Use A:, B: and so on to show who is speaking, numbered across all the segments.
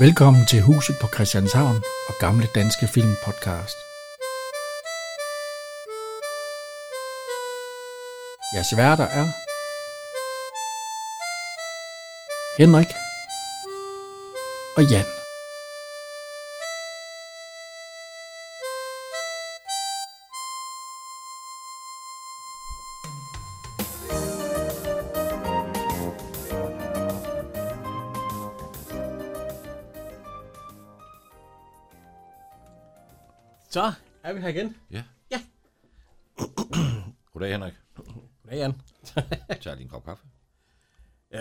A: Velkommen til Huset på Christianshavn og Gamle Danske Film Podcast. Jeres værter er Henrik og Jan.
B: Så er vi her igen.
C: Ja.
B: Ja.
C: Goddag, Henrik.
B: Goddag, Jan.
C: Tag lige en kop kaffe.
B: Øh,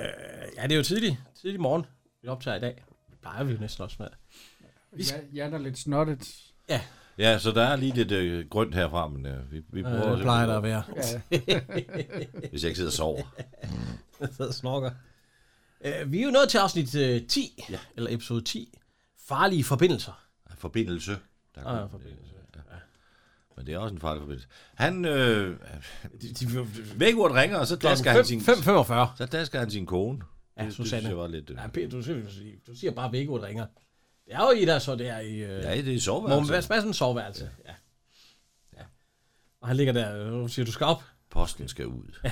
B: ja, det er jo tidligt. Tidlig morgen, vi optager i dag. Det plejer vi jo næsten også med.
A: Jeg, jeg er da lidt snottet.
C: Ja, så der er lige lidt øh, grønt herfra, men øh, vi, vi
B: Øh,
C: prøver...
B: det
C: simpelthen-
B: plejer der at være.
A: Ja,
C: Hvis jeg ikke sidder og sover.
B: Så snorker. Øh, vi er jo nået til afsnit øh, 10, ja. eller episode 10. Farlige forbindelser.
C: Forbindelse. Der
B: Ah, ja,
C: kun-
B: forbindelse,
C: Ja. Men det er også en farlig forbindelse. Han... Øh, øh, Vækordet ringer, og så dasker han sin...
B: 5.45.
C: Så dasker han sin kone.
B: Ja,
C: det,
B: Susanne.
C: Det, det var lidt... Øh,
B: Ja, Peter, du, siger, du siger bare, at Vækord ringer. Det er jo i der, så det er i... Øh,
C: ja, det er
B: Morten
C: soveværelse.
B: Mads- Madsens soveværelse. Ja. ja. Og han ligger der øh, og siger, du skal op.
C: Posten skal ud.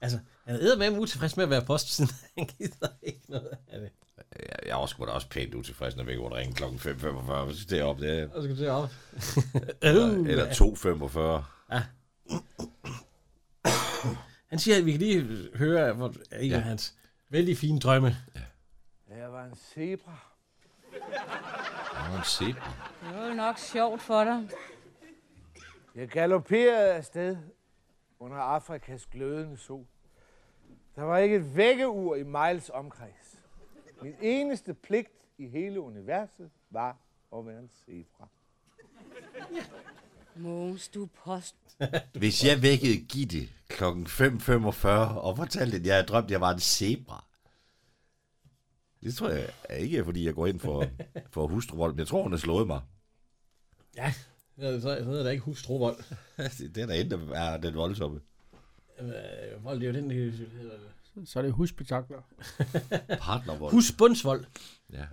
B: Altså, han er med utilfreds med at være post, siden han gider ikke noget af det.
C: Jeg, jeg er også, sgu da også pænt utilfreds, når vækordet ringer klokken 5.45. Hvis det er op, det er...
B: Og så skal du se op.
C: Eller, eller 2.45.
B: Han siger, at vi kan lige høre hvor, en ja. af hans vældig fine drømme.
D: Jeg var en zebra.
C: Nå, en zebra.
E: Det var jo nok sjovt for dig.
D: Jeg galopperede afsted under Afrikas glødende sol. Der var ikke et vækkeur i miles omkreds. Min eneste pligt i hele universet var at være en zebra.
E: Mogens, du er post.
C: Hvis jeg vækkede Gitte kl. 5.45 og fortalte, at jeg havde drømt, at jeg var en zebra. Det tror jeg er ikke, fordi jeg går ind for, for hustruvold, men jeg tror, hun har slået mig.
B: Ja, så, så hedder det ikke hustruvold.
C: Det er der en, der er den voldsomme.
B: Øh, vold, det er jo den, det hedder det.
A: så er det husbetakler.
C: Partnervold.
B: Husbundsvold.
C: Ja.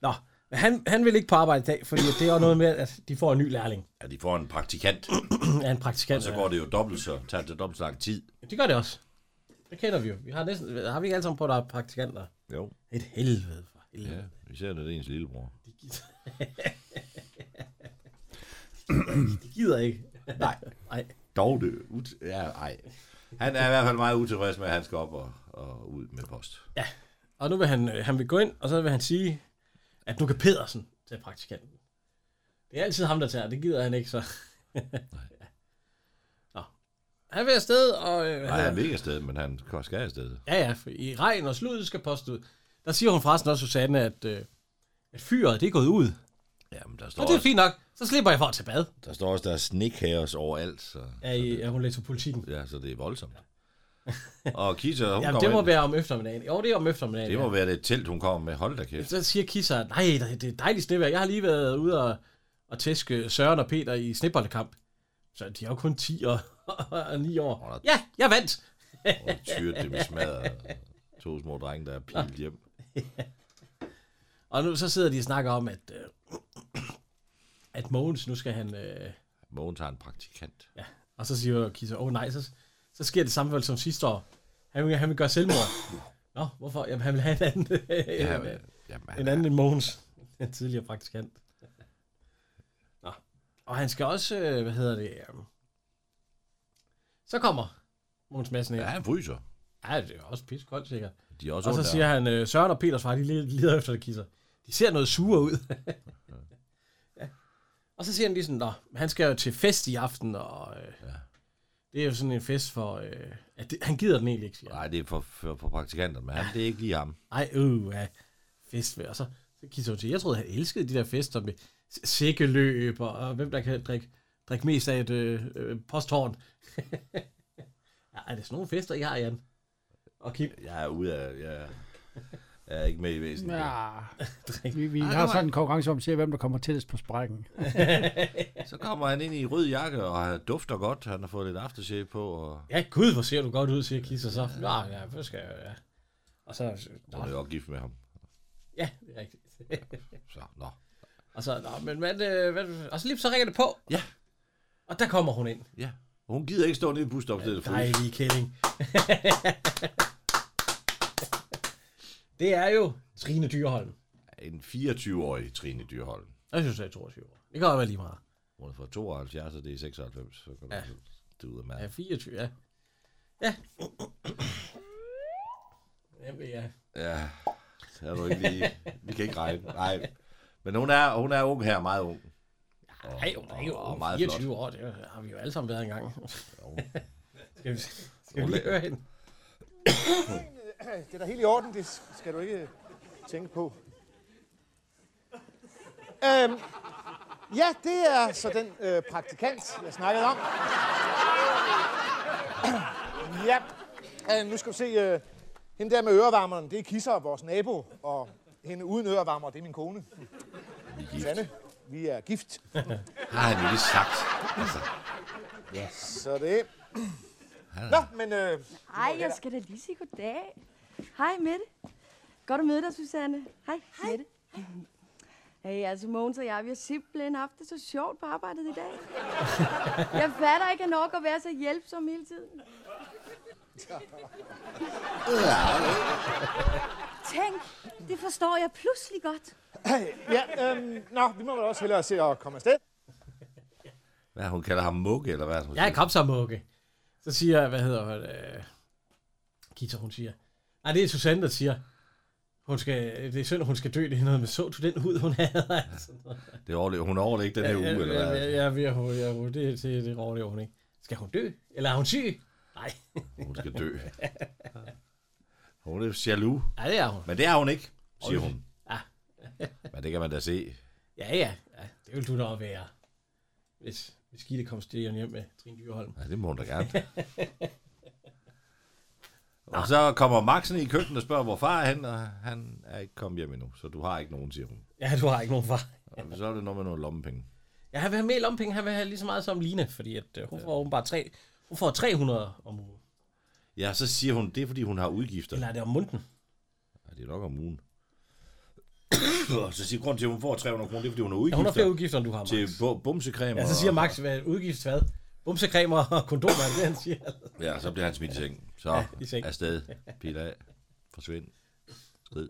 B: Nå, men han, han vil ikke på arbejde i dag, fordi det er jo noget med, at de får en ny lærling
C: ja, de får en praktikant,
B: af en praktikant.
C: og så går det jo dobbelt så, tager det dobbelt så lang tid.
B: Det gør det også. Det kender vi jo. Vi har, næsten, har vi ikke alle sammen på, der er praktikanter?
C: Jo,
B: Et helvede for helvede.
C: ja. især når det er ens lillebror.
B: De gider, de gider ikke. Nej. Nej.
C: Dog det. Ut- ja, ej. Han er i hvert fald meget utilfreds med, at han skal op og, og ud med post.
B: Og nu vil han, øh, han vil gå ind, og så vil han sige, at nu kan Pedersen tage praktikanten. Det er altid ham, der tager. Det gider han ikke, så. Ja. Nå. Han vil afsted, og... Øh,
C: Nej, han
B: han,
C: vil ikke afsted, men han skal afsted.
B: ja, ja, for i regn og slud skal post ud. Der siger hun forresten også, Susanne, at, øh, at fyret, det er gået ud.
C: Jamen, der står
B: Og det er fint nok. Så slipper jeg for at tage bad.
C: Der står også, der er snikhaos overalt, så,
B: Ja, i, ja hun læser politikken.
C: ja, så det er voldsomt. Og Kisa, hun
B: Jamen,
C: kommer
B: det må
C: ind.
B: være om eftermiddagen. Jo, det er om eftermiddagen.
C: det
B: ja.
C: må være det telt, hun kommer med. Hold da kæft.
B: Så siger Kisser, nej, det det er dejligt snevejr. Jeg har lige været ude og, og tæske Søren og Peter i snibboldekamp. Så de er jo kun 10 og, og 9
C: Åh,
B: år.
C: der-
B: Ja, jeg vandt.
C: Og tyret det med smadret. To små drenge, der er pilt hjem.
B: Og nu så sidder de og snakker om, at, øh, at Mogens, nu skal han... Øh,
C: Mogens har en praktikant.
B: ja. Og så siger Kisser, åh oh, nej, så, så sker det samme vel som sidste år. Han vil, han vil gøre selvmord. Nå, hvorfor? Jamen, han vil have en anden, ja,
C: Ja,
B: en,
C: jamen,
B: en
C: han,
B: anden end Mogens. En tidligere praktikant. Nå. Og han skal også, øh, hvad hedder det, øh, så kommer Mogens Madsen
C: ja,
B: her.
C: han fryser.
B: Ja, det er også pissekoldt sikkert.
C: De er også
B: Og så
C: under.
B: siger han, øh, Søren og Peters far, de leder- leder efter det kisser. De ser noget sure ud. ja. Og så siger han lige sådan, Nå, han skal jo til fest i aften, og øh, ja. det er jo sådan en fest for, øh, at det, han gider den egentlig ikke, siger han.
C: Nej, det er for, for, for praktikanterne, men han, det er ikke lige ham.
B: Ej, øh, ja. Fest med. Og så, så kisser hun til. Jeg troede, han elskede de der fester med s- sækkeløb, og, og hvem der kan drikke, drikke mest af et øh, øh, posthorn. ja, er det sådan nogle fester, I har, Jan? Og Kim,
C: Jeg er ude af... Jeg, er- jeg er ikke med i væsenet.
A: Ja, vi, vi har sådan en konkurrence om at se, hvem der kommer tættest på sprækken.
C: Så kommer han ind i rød jakke, og han dufter godt. Han har fået lidt aftershave på, og
B: ja, gud, hvor ser du godt ud, siger Kisser så. Nå, ja, hvor skal jeg, ja. Og så...
C: Hun er jo også gift med ham.
B: Ja, det er rigtigt.
C: Så, nå.
B: og så, nå, men hvad, øh, hvad, og så lige så ringer det på,
C: Ja,
B: og der kommer hun ind.
C: ja. Hun gider ikke stå nede i busstopstedet ja, fryse.
B: Dejlig kælling. det er jo Trine Dyrholm.
C: En 24-årig Trine Dyrholm.
B: Jeg synes, jeg er 22 år. Det kan godt være lige meget.
C: Hun er fra 72, og det er 96. Så kan
B: Ja.
C: ja. du det ud af
B: Ja,
C: mærke.
B: 24, ja. Ja. Jamen, ja.
C: Ja. Så er du ikke lige... Vi kan ikke regne. Nej. Men hun er, hun er ung her, meget ung.
B: Nej, hun er jo
C: og- og
B: og,
C: meget
B: 24 flot. år. Det har vi jo alle sammen været engang. skal vi, skal
C: Hun
B: vi lige
C: læ-
B: høre hende?
D: Det er da helt i orden, det skal du ikke tænke på. Øhm, ja, det er så den øh, praktikant, jeg snakkede om. ja, øh, nu skal du se, øh, hende der med ørevarmeren, det er Kisser, vores nabo, og hende uden ørevarmer, det er min kone,
C: Vi er gift.
D: Sanne. Vi er gift.
C: Har han jo lige sagt. Altså,
D: Så det Nå, men øh,
F: Ej, jeg skal da lige sige goddag. Hej, Mette. Godt at møde dig, Susanne. Hej, Hej. Mette. Hey, altså Mogens og jeg, vi har simpelthen haft det så sjovt på arbejdet i dag. Jeg fatter ikke, at nok at være så hjælpsom hele tiden.
E: Tænk, det forstår jeg pludselig godt.
D: ja, øh, nå, vi må vel også hellere se at komme afsted.
C: hvad hun kalder ham mukke, eller hvad er det, hun
B: Ja, kom så, Mugge. Så siger, hvad hedder hun? Øh, Gita, hun siger. Nej, det er Susanne, der siger. Hun skal, det er synd, hun skal dø. Det er noget med, så du den hud, hun havde? Altså.
C: siger? Det overlever, hun overlever ikke den her uge, eller hvad?
B: ja, ja, ja, ja, ja, det, det, det overlever hun ikke. Skal hun dø? Eller er hun syg? Nej,
C: Hun skal dø. Hun er jaloux.
B: nej det er hun.
C: Men det er hun ikke, siger
B: Oj.
C: hun.
B: Ja.
C: Men det kan man da se.
B: Ja, ja, ja det vil du da også være. Hvis, hvis Gitte kom stigen hjem med Trine Dyrholm.
C: Ja, det må hun da gerne. Og så kommer Maxen i køkkenet og spørger, hvor far er han, og han er ikke kommet hjem endnu, så du har ikke nogen, siger hun.
B: Ja, du har ikke nogen far.
C: Og så er det noget med nogle lommepenge.
B: Ja, han vil have mere lompenge. Han vil have lige så meget som Line, fordi at, øh, hun får åbenbart tre, hun får 300 om ugen.
C: Ja, så siger hun, det er fordi, hun har udgifter.
B: Eller er det om munden?
C: Ja, det er nok om ugen. Og så siger grund til, at hun får 300 kroner, det er fordi, hun har
B: Ja, hun har
C: udgifter
B: flere udgifter, end du har, Max.
C: til bu- bumsecreme.
B: Ja, så siger Max, hvad udgift hvad? Bumsekremer og kondomer, er det han siger.
C: og- Ja, så bliver han smidt i seng. Så
B: Ja,
C: ja,
B: i seng.
C: afsted. Pil af. Forsvind. Skrid.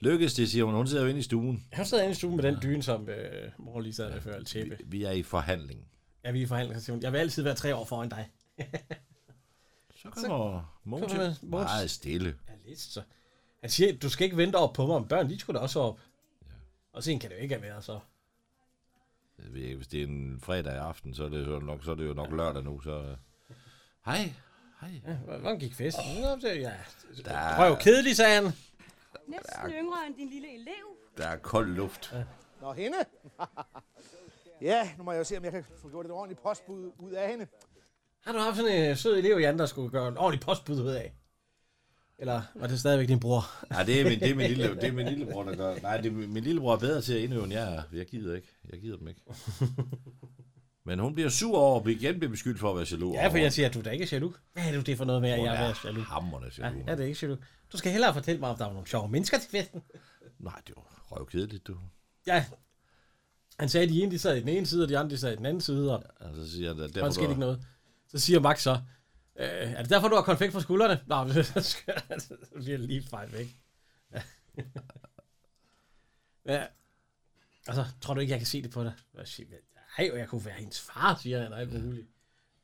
C: Lykkes det, siger hun. Hun sidder jo inde i stuen.
B: Han sidder inde i stuen med den dyne, som øh, mor lige sad med før, eller tæppe.
C: Vi, vi er i forhandling.
B: Ja, vi er i forhandling, så siger hun, jeg vil altid være tre år foran dig.
C: Så kommer Mogens
B: kommer
C: ind.
B: Mogens.
C: meget stille.
B: Ja, lidt så. Han siger, du skal ikke vente op på mig, men børn, de skulle da også op. Og sen kan det jo ikke have været så.
C: Jeg ved ikke, Hvis det er en fredag aften, så er det, jo nok, så er det jo nok lørdag nu. Så... øh, Hej. Hej.
B: Ja, Hvordan gik festen? Oh. Ja,
C: Der-
B: prøv kedelig, sagde han.
E: Næsten yngre end din lille elev.
C: Der er kold luft.
D: Nå, hende? ja, nu må jeg jo se, om jeg kan få gjort et ordentligt postbud ud af hende.
B: Har du haft sådan en øh, sød elev i andre, der skulle gøre en ordentlig postbud ud af? Eller var det stadigvæk din bror?
C: Nej, det er min, det er min, lille, det er min lillebror, der gør. Nej, det er, min min lillebror er bedre til at indøve, end jeg er. Jeg gider ikke. Jeg gider dem ikke. Men hun bliver sur over, at vi igen bliver beskyldt for at være jaloux.
B: Ja, for jeg siger, at du er da ikke jaloux. Hvad er du det for noget med, at
C: hun
B: jeg
C: er
B: er jaloux?
C: hammerende
B: Ja,
C: jaloux.
B: er det ikke jaloux? Du skal hellere fortælle mig, om der var nogle sjove mennesker til festen.
C: Nej, det var røvkedeligt, du.
B: Ja. Han sagde, at de ene de sad i den ene side, og de andre de sad i den anden side, og
C: Og så Altså, siger jeg, at
B: der
C: derfor,
B: skete
C: du,
B: ikke noget. Så siger Max så, øh, er det derfor, du har konfekt på skuldrene? Nej, men så bliver det lige fejl væk. Ja. ja. Altså, tror du ikke, jeg kan se det på dig? Hvad siger jeg? Nej, og jeg kunne være hendes far, siger han, og alt muligt.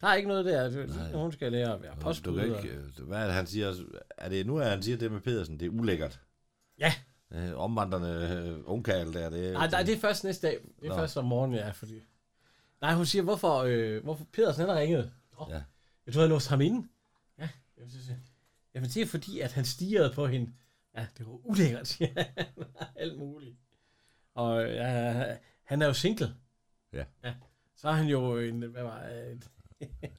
B: Der er ikke noget der. Det- Hun skal lære at være
C: du
B: postbud.
C: kan
B: og-
C: ikke... øh, Hvad er det, han siger? Er det, nu er han siger det med Pedersen, det er ulækkert.
B: Ja,
C: Øh, omvandrende øh, ungkald der, det er...
B: Nej, nej, det er først næste dag. Det er
C: Nå.
B: først om morgenen, ja, fordi... Nej, hun siger, hvorfor, øh, hvorfor Pedersen han har ringet. Oh,
C: Ja.
B: ja. Du havde låst ham inde. Ja, jamen, så siger jeg, jamen det er fordi, at han stirrede på hende. Ja, det var ulækkert, siger han. Alt muligt. Og øh, ja, han er jo single.
C: Ja.
B: ja. Så er han jo en, hvad var øh,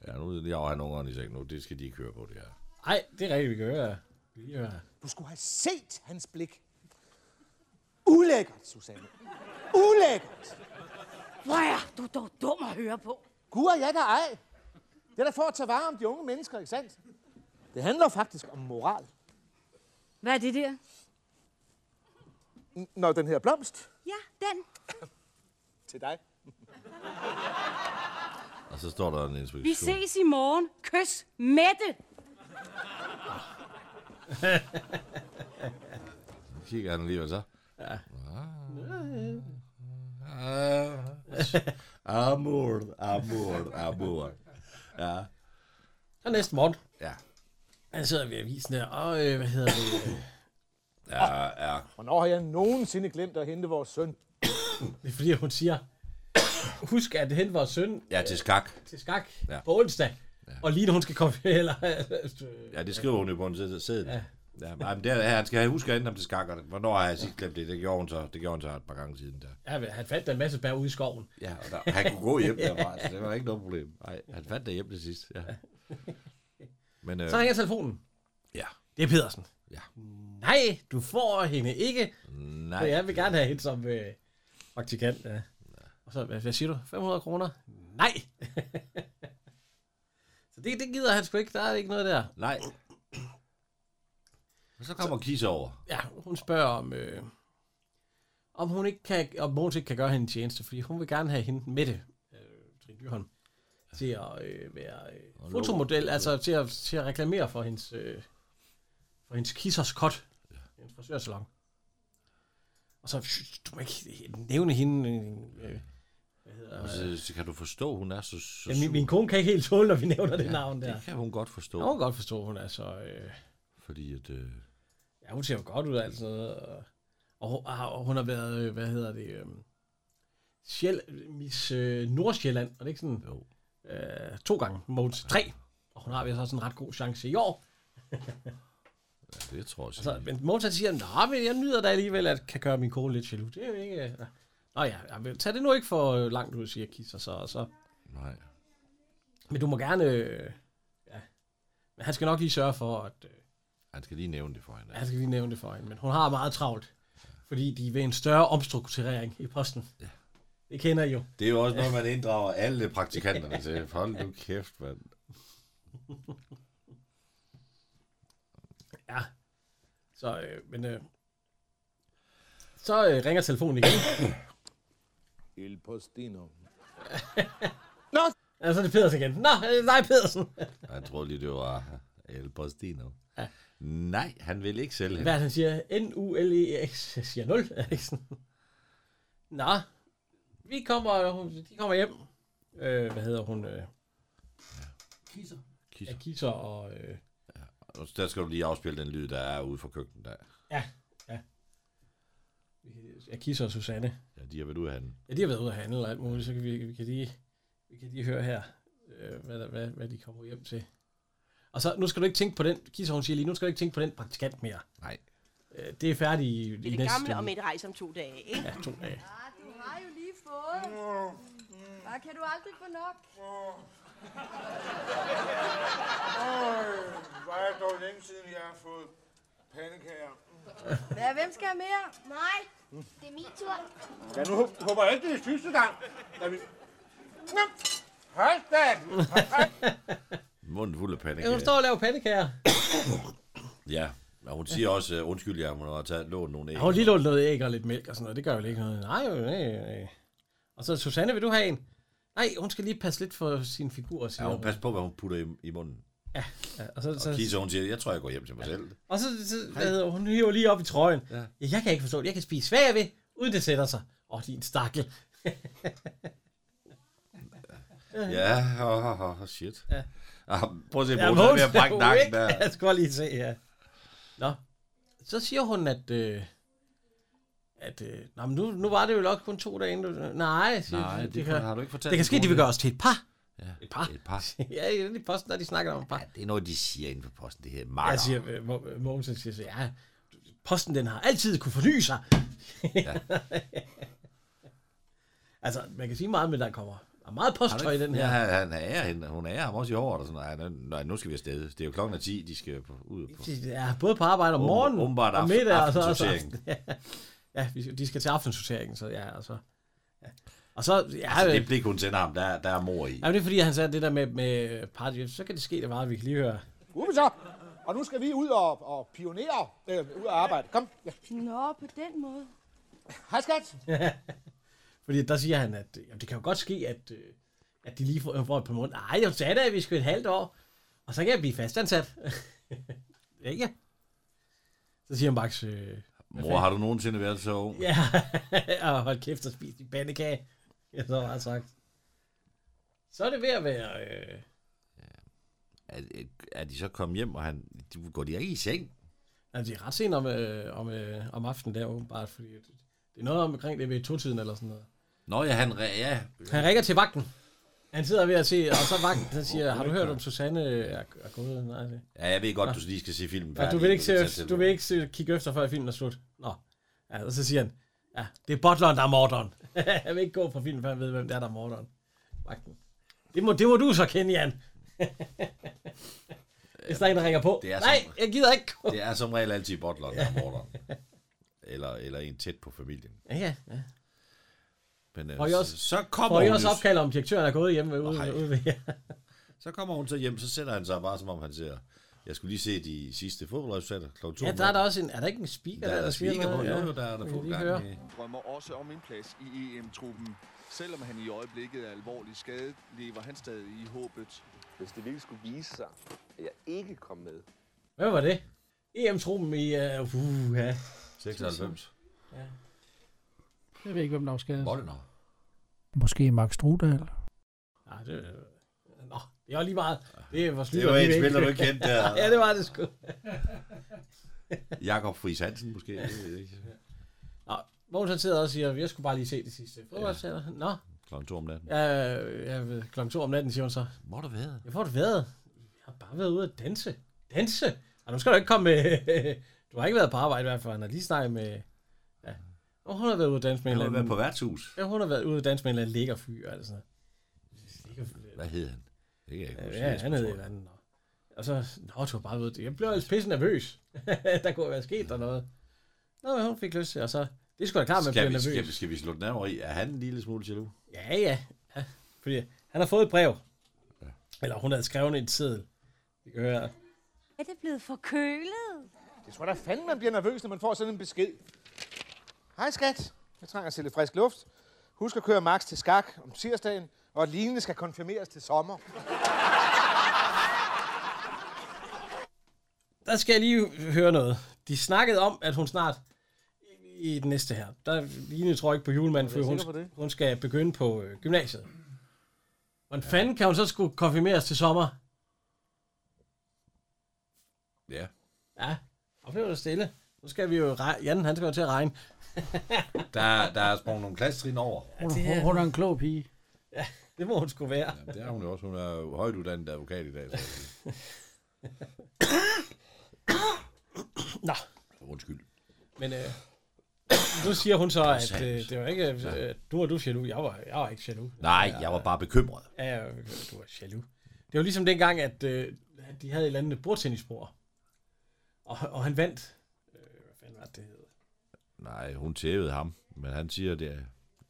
C: Ja, nu er det jeg og han ungerne i seng nu. Det skal de ikke høre på, det her.
B: Ej, det er rigtigt, vi kan høre. Vi kan høre.
D: Du skulle have set hans blik. Ulækkert, Susanne. Ulækkert.
E: Hvor er du dog dum at høre på.
D: Gud og jeg der ej. Det er da for at tage vare om de unge mennesker, ikke sandt? Det handler faktisk om moral.
E: Hvad er det der?
D: Nå, den her blomst.
E: Ja, den.
D: Til dig.
C: Og så står der en
E: Vi
C: inspektion.
E: ses i morgen. Kys Mette.
C: Kigger han lige, og så. Ja. Ah. Amor, amor, amor. Ja,
B: Og næste morgen,
C: ja.
B: han sidder ved avisen her, og øh, hvad hedder det? øh,
C: Ja, ja.
D: Hvornår har jeg nogensinde glemt at hente vores søn?
B: Det er fordi, hun siger, husk at hente vores søn
C: ja til skak.
B: til skak
C: Ja.
B: ja. på onsdag. Ja. Og lige når hun skal komme eller, øh,
C: Ja, det skriver hun jo på en sæd- sæddel. Ja. Ja, nej, men det er, han skal huske at hente ham til skak, og hvornår har jeg sidst glemt det? Det gjorde hun så, det gjorde hun så et par gange siden. Der.
B: ja, men han fandt der en masse bær ude i skoven.
C: Ja, og der, han kunne gå hjem derfra, så det var ikke noget problem. Nej, han fandt det hjem til sidst, ja. Men, øh,
B: Så ringer telefonen.
C: ja,
B: Det er Pedersen.
C: Ja.
B: Nej, du får hende ikke.
C: nej.
B: Nej. Jeg vil gerne have hende som øh, praktikant. Ja. Og så, hvad, hvad siger du? 500 kroner? Nej! så det, det gider han sgu ikke. Der er ikke noget der.
C: Nej. Og så kommer Kisse over.
B: Ja, hun spørger om, øh, om hun ikke kan, om Mogens ikke kan gøre hende en tjeneste, fordi hun vil gerne have hende med det, øh, Trine Dyrholm, til at øh, være øh, fotomodel, altså til at, til at reklamere for hendes, øh, for hendes kissers kot, ja. en frisørsalon. Og så, "Shh, du må ikke nævne hende, øh, øh, hvad hedder,
C: Og
B: øh,
C: så, så kan du forstå, hun er så, så
B: ja, min,
C: sur.
B: min kone kan ikke helt tåle, når vi nævner det navn der.
C: Det kan hun godt forstå,
B: Jeg kan godt forstå, hun er så... Øh,
C: fordi at... Øh,
B: Ja, hun ser jo godt ud af alt sådan noget. Og, og, hun- ah, og hun har været, øh, hvad hedder det, øh, Sjæl, Miss øh, Nordsjælland, var det ikke sådan?
C: Jo.
B: Øh, to gange, Mogens tre. Og hun har vist også en ret god chance i år.
C: ja, det tror jeg
B: Og Så,
C: altså,
B: men Mogens han siger, nej, men jeg nyder da alligevel, at kan gøre min kone lidt jaloux. Det er jo ikke... øh, Nå ja, ja, men tag det nu ikke for øh, langt ud, siger Kis, og så, og så.
C: Nej.
B: Men du må gerne... Øh, ja. Men han skal nok lige sørge for, at... Øh,
C: Han skal lige nævne det for hende.
B: jeg skal lige nævne det for hende, men hun har meget travlt, fordi de er ved en større omstrukturering i posten. Ja. Det kender I jo.
C: Det er jo også noget, man inddrager alle praktikanterne til. Hold nu kæft, mand.
B: Ja. Så, øh, men... Øh, så øh, ringer telefonen igen.
D: Il postino.
B: Ja, så er det Pedersen igen. Nå, øh, nej, Pedersen.
C: Han troede lige, det var El Postino. Ja. Nej, han vil ikke sælge
B: Hvad er
C: hende.
B: det, han siger? N-U-L-E-X Jeg siger 0. Er det ikke sådan? Nå, vi kommer, hun- de kommer hjem. Øh, hvad hedder hun? Øh, ja,
C: Kisser.
B: Kisser og... Øh,
C: Og Der skal du lige afspille den lyd, der er ude for køkkenet. Der.
B: ja, Kisser og Susanne.
C: Ja, de har været ude af handen.
B: Ja, de har været ude at handle og alt muligt, så kan vi, vi, kan, lige, vi kan lige høre her, øh, hvad, der- hvad, hvad de kommer hjem til. Og så, nu skal du ikke tænke på den, Kisa hun siger lige, nu skal du ikke tænke på den praktikant mere.
C: Nej.
B: Øh, det er færdigt i, i
G: Det er
B: næste
G: det gamle
B: uge.
G: om et rejse om to dage, ikke?
B: Ja, to dage.
F: Ah, du har jo lige fået. Bare kan du aldrig få nok?
D: Hvor er det dog længe siden, jeg har fået pandekager.
F: Hvad, hvem skal have mere?
H: Nej, det er min tur.
D: Ja, nu hå- håber jeg ikke, det er sidste gang. Da vi... Nå, Hold da!
C: Munden fuld af panik.
B: Ja, hun står og laver pandekager.
C: Ja, og hun siger også, uh, undskyld jer, hun har taget lånt nogle æg.
B: Ja, hun har lige lånt noget æg og lidt mælk og sådan noget, det gør jo ikke noget. Nej, jo, nej, nej. Og så, Susanne, vil du have en? Nej, hun skal lige passe lidt for sin figur, siger
C: Ja, hun
B: hun.
C: passer på, hvad hun putter i, i munden.
B: Ja, og så, så,
C: Kisa, hun siger, jeg tror, jeg går hjem til mig ja. selv.
B: Og så, så hvad hedder, hun hiver lige op i trøjen. Ja. ja. jeg kan ikke forstå det. Jeg kan spise svag ved, uden det sætter sig. Åh, din stakkel.
C: Ja, oh, oh, oh, shit. Ja. Ah, prøv at se,
B: Ja,
C: Mogens er ved at
B: Mogens,
C: brække
B: jo
C: nakken
B: ikke.
C: der.
B: Jeg skal bare lige se, ja. Nå. Så siger hun, at... Øh, at øh, nå, men nu, nu var det jo nok kun to dage inden. du- Nej, siger,
C: Nej, det, det kan, har
B: kan,
C: du ikke fortalt.
B: det kan ske,
C: din
B: de vil
C: kone.
B: gøre os til et par.
C: Ja.
B: Et par.
C: Et par.
B: ja, i den i posten, der de snakker om et par.
C: Ja, det er noget, de siger inden for posten, det her
B: Jeg
C: marker.
B: siger, øh, Mo- Mogens han siger så, ja, posten den har altid kunne forny sig. altså, man kan sige meget, men der kommer der er meget
C: Har du
B: posttøj i
C: ikke-
B: den her.
C: Ja, han han ærer hende. Hun ærer ham også i håret og sådan noget. Ej, nu- Nej, nu skal vi afsted. Det er jo klokken er 10, de skal på, ud på.
B: Ja, både på arbejde om
C: Åben-
B: morgenen,
C: åbenbart
B: og
C: aften-
B: middag, og så også
C: aftensortering.
B: aften. Ja, ja vi- de skal til aftensorteringen, så ja, og så... ja. Og så, ja,
C: Altså, det
B: det,
C: blik, hun sender ham, der, der er mor i.
B: ja, men det er fordi, han sagde det der med, med party, så kan det ske, det var, vi kan lige høre.
D: Uppe så!
G: Og nu skal vi ud og, og pionere, øh, ud og arbejde. Kom. Ja.
F: Nå, på den måde.
G: Hej, skat.
B: Fordi der siger han, at øh, jamen, det kan jo godt ske, at, øh, at de lige får, får et par måneder. Ej, jeg sagde da, at vi skulle et halvt år, og så kan jeg blive fastansat. ja, ja. Så siger Max, øh,
C: Mor, har du nogensinde været så ung?
B: ja, og hold kæft og spis din pandekage. Jeg så bare sagt. Så er det ved at være... Øh,
C: Er, er, de så kommet hjem, og han, de, går de ikke i seng?
B: altså, det er ret sent om, øh, om, øh, om aftenen der, åbenbart, fordi det, det er noget omkring det ved to-tiden eller sådan noget.
C: Nå ja, han... re- Ja.
B: Han ringer til vagten. Han sidder ved at se, og så vagten, så siger, har du hørt om Susanne er, er gået? Nej, det-
C: ja, jeg ved godt, du lige skal se filmen
B: Ja, Altså, du vil ikke, se, du vil ikke se, kigge efter, før filmen er slut. Nå. Ja, og så siger han, ja, det er Butleren, der er morderen. jeg vil ikke gå fra filmen, før jeg ved, hvem det er, der er morderen. Vagten. Det må, det må du så kende, Jan. Hvis der er en, der ringer på.
C: det er
B: Nej,
C: sådan.
B: jeg gider ikke gå.
C: Det er som regel altid bottleren, der er morderen. eller, eller en tæt på familien.
B: Ja, ja. ja.
C: Men, øh,
B: Får I
C: så,
B: også-
C: så, kommer
B: Får I
C: hun
B: også
C: jo-
B: opkald om direktøren er gået hjemme
C: Åh, hej.
B: ude, ude ved jer?
C: så kommer hun så hjem, så sætter han sig bare, som om han ser... Jeg skulle lige se de sidste fodboldresultater kl. 2.
B: Ja, der er der også en... Er der ikke en speaker?
C: Der er der
B: siger
C: speaker på,
B: noget?
C: jo,
B: Ja.
C: jo, der er der
B: Vi kan
C: fuld
B: lige
C: gang
B: høre.
C: i.
I: drømmer også om en plads i EM-truppen. Selvom han i øjeblikket er alvorligt skadet, lever han stadig i håbet.
J: Hvis det virkelig skulle vise sig, at jeg ikke kom med,
B: Hvad var det? EM-truppen i... Uh, uh, ja.
C: 96.
A: Jeg ved ikke, hvem der var skadet.
C: Bollner.
A: Måske Max Strudal.
B: Nej, det... Nå, det var lige meget. Det var,
C: Det var en spiller, du ikke kendte der.
B: Ja, det var det sgu.
C: Jakob Friis Hansen måske. jeg ved ikke.
B: Nå, Mogens han sidder og siger, jeg skulle bare lige se det sidste. Ja. Nå,
C: Klokken to om natten.
B: ja, jeg ved, klokken to om natten, siger hun så.
C: Må du være?
B: Jeg får det været. Jeg har bare været ude at danse. Danse? Og nu skal du ikke komme med... Du har ikke været på arbejde i hvert fald. Han har lige snakket med... Ja. Og hun har været ude at danse med en
C: Han
B: eller
C: har været på
B: anden...
C: værtshus.
B: Ja, hun har været ude at danse med en eller anden lækker fyr, eller sådan noget. Lækker-
C: Hvad hed han? Det kan jeg ikke huske.
B: Ja, han hed et eller andet. nå. Og så, nå, du var bare ved det. Jeg blev altså pisse nervøs. der kunne være sket der noget. Nå, men hun fik lyst til, og så... Det er sgu da klart, Ah, man bliver nervøs.
C: Skal vi, skal, vi, skal vi slå den over i? Er han en lille smule jaloux?
B: Ja, ja. ja. Fordi han har fået et brev. Eller hun havde skrevet en seddel. Vi kan høre.
E: Er det blevet forkølet?
G: Jeg tror da fandme, man bliver nervøs, når man får sådan en besked. Hej, skat. Jeg trænger til lidt frisk luft. Husk at køre Max til skak om tirsdagen, og at lignende skal konfirmeres til sommer.
B: Der skal jeg lige høre noget. De snakkede om, at hun snart i i den næste her. Der ligner tror jeg ikke på julemanden, for hun,
G: sikker på det?
B: hun skal begynde på øh, gymnasiet. Hvordan fanden kan hun så skulle konfirmeres til sommer?
C: Ja.
B: Ja, og blev det stille. Nu skal vi jo... Re- Jan, han skal jo til at regne.
C: Der, er- der er sprunget nogle klassetrin over.
A: Hun, hun, hun er en klog pige.
B: Det må hun sgu være.
C: Jamen, det er hun jo også. Hun er jo højt uddannet advokat i dag. Så.
B: Nå,
C: Undskyld.
B: men øh, nu siger hun så, at
C: sandt.
B: øh, det var ikke... Øh, du og du er jaloux. Jeg var, jeg var ikke jaloux.
C: Nej, jeg var bare bekymret.
B: Ja, ja, du var jaloux. Det var ligesom dengang, at, øh, at de havde et eller andet bordtennisbord. Og, og han vandt. Øh, hvad fanden var det, det hed?
C: Nej, hun tævede ham. Men han siger, det, er-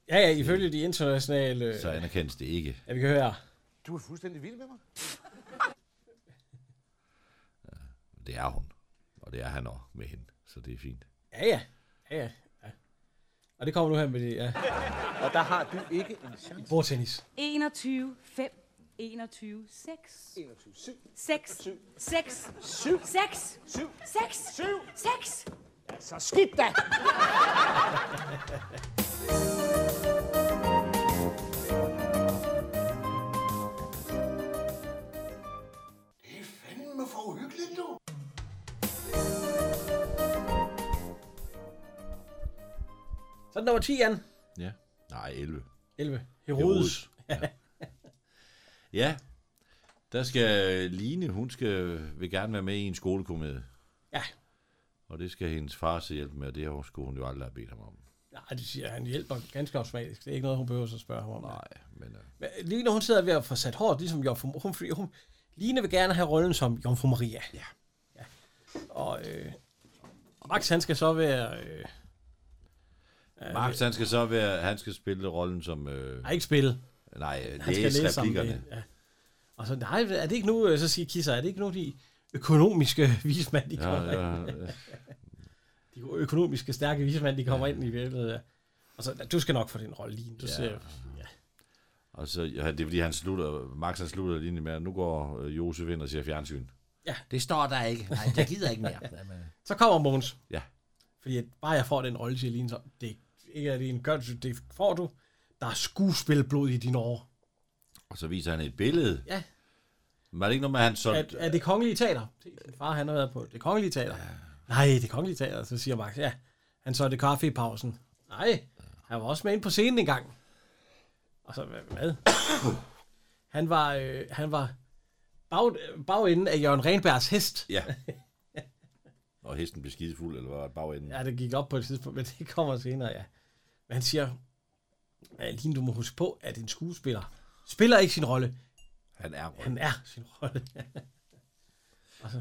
B: Ja, ja, ifølge de internationale... Øh,
C: så anerkendes det ikke.
B: ja, vi kan høre.
G: Du er fuldstændig vild med mig.
C: Det er hun. Og det er han også med hende. Så det er fint.
B: Ja, ja. Ja, ja. ja. Og det kommer nu her med det, ja.
J: og der har du ikke en chance.
B: Bordtennis.
E: 21, 5, 21, 6.
G: 21, 7,
E: 6, 6,
G: 7,
E: 6,
G: 7,
E: 6,
G: 7.
E: 6.
G: Så skidt da!
B: Så er det nummer 10, Jan.
C: Ja. Nej, 11.
B: 11. Herodes.
C: Ja. Der skal Line, hun skal, vil gerne være med i en skolekomedie.
B: Ja.
C: Og det skal hendes far så hjælpe med, og det har hun- skulle hun jo aldrig have bedt ham om.
B: Nej, det siger han hjælper ganske automatisk. Det er ikke noget, hun behøver at spørge ham om.
C: Nej, men øh,
B: Men Line, hun sidder ved at få sat hårdt, ligesom Jomfru, hun, fordi hun, Line vil gerne have rollen som Jomfru Maria. Ja. ja. Og øh, Max, han skal så være... Øh,
C: Max, han skal så være, han skal spille rollen som, øh,
B: nej, ikke spille.
C: nej, øh,
B: Han skal
C: læse
B: læse sammen.
C: replikkerne.
B: med- Ja. Og så, nej, er det ikke nu, øh, så siger Kisser, er det ikke nu, de, økonomiske vismand, de
C: Ja,
B: kommer
C: ja,
B: ind.
C: ja.
B: De økonomiske stærke vismand, de kommer ind i virkeligheden. ja. Og så, du skal nok få din rolle, Line. Du
C: Ja.
B: ja. ser,
C: Og så, ja, det er fordi, han slutter, Max han slutter lige med, at nu går øh, Josef ind og siger fjernsyn.
B: Ja.
C: Det står der ikke. Nej, det gider ikke mere.
B: Så kommer Mogens.
C: Ja.
B: Fordi at bare jeg får den rolle, siger Line, så det er ikke er det en gør, det får du. Der er skuespilblod i dine år.
C: Og så viser han et billede.
B: Ja.
C: Men er det ikke noget med, at han så...
B: Er, er det kongelige teater? Se, Din far, han har været på det kongelige teater. Nej, det kongelige teater, så siger Max. Ja, han så det kaffe i pausen. Nej, han var også med ind på scenen engang. Og så, hvad- hvad? Han var, øh, han var bag, bagenden af Jørgen Renbergs hest.
C: Ja. Og hesten blev skidefuld, eller hvad var det bagenden?
B: Ja, det gik op på et tidspunkt, men det kommer senere, ja. Men han siger, Aline, du må huske på, at en skuespiller spiller ikke sin rolle.
C: Han er rollen.
B: Han er sin rolle.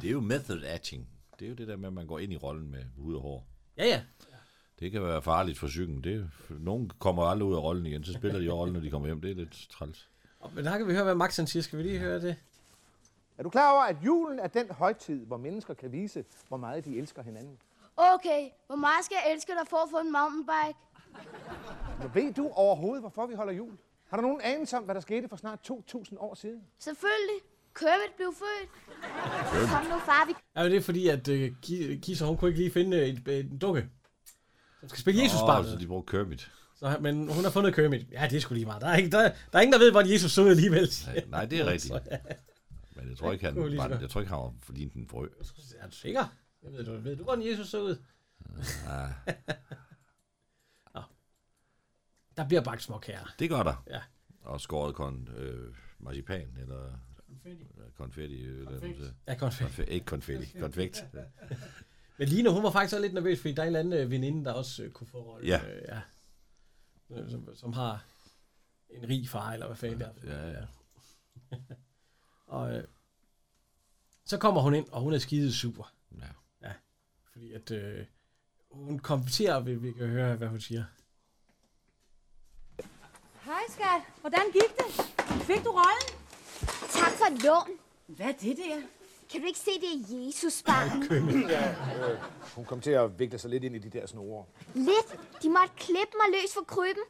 C: Det er jo method acting. Det er jo det der med, at man går ind i rollen med hud og hår.
B: ja, ja.
C: Det kan være farligt for psyken. Det, nogen kommer aldrig ud af rollen igen, så spiller de rollen, når de kommer hjem. Det er lidt træls.
B: Og, men der kan vi høre, hvad Max han siger. Skal vi lige høre det?
G: Er du klar over, at julen er den højtid, hvor mennesker kan vise, hvor meget de elsker hinanden?
H: Okay, hvor meget skal jeg elske dig for at få en mountainbike?
G: Men ved du overhovedet, hvorfor vi holder jul? Har du nogen anelse om, hvad der skete for snart 2.000 år siden?
H: Selvfølgelig. Kermit blev født. Kom nu, far, vi
B: Ja, men det er fordi, at uh, Kisa, hun kunne ikke lige finde øh, et, en dukke. Hun skal spille Jesus bare.
C: Åh, så altså, de bruger Kermit.
B: Så, han- men hun har fundet Kermit. Ja, det er sgu lige meget. Der er, ikke, der, der er ingen, der ved, hvordan Jesus så ud alligevel.
C: Ja, nej, det er rigtigt. Men jeg tror ikke, han,
B: Det kunne lige så
C: var,
B: godt.
C: jeg tror ikke, han var forlignet en frø.
B: Er du sikker? Jeg ved, du, ved du, hvordan Jesus så ud?
C: Ja,
B: Der bliver bagt småkager.
C: det gør der.
B: Ja.
C: Og skåret kon, øh, marcipan, eller konfetti. konfetti øh, eller hvad man siger.
B: Ja, konfekt.
C: Konfe- ikke konfetti, konfekt.
B: Men Line, hun var faktisk også lidt nervøs, fordi der er en eller anden øh, veninde, der også øh, kunne få rollen.
C: Ja.
B: Øh, ja. Øh, Som, som har en rig far, eller hvad fanden det er.
C: Ja, ja.
B: Og øh, så kommer hun ind, og hun er skide super.
C: Ja.
B: Ja, fordi at øh, hun kommenterer, vi, vi kan høre, hvad hun siger.
E: Hej, skat. Hvordan gik det? Fik du rollen?
H: Tak for lån.
E: Hvad er det der?
H: Kan du ikke se, det er Jesus barn?
G: Hun kom til at vikle sig lidt ind i de der snore.
H: Lidt. De måtte klippe mig løs for krybben.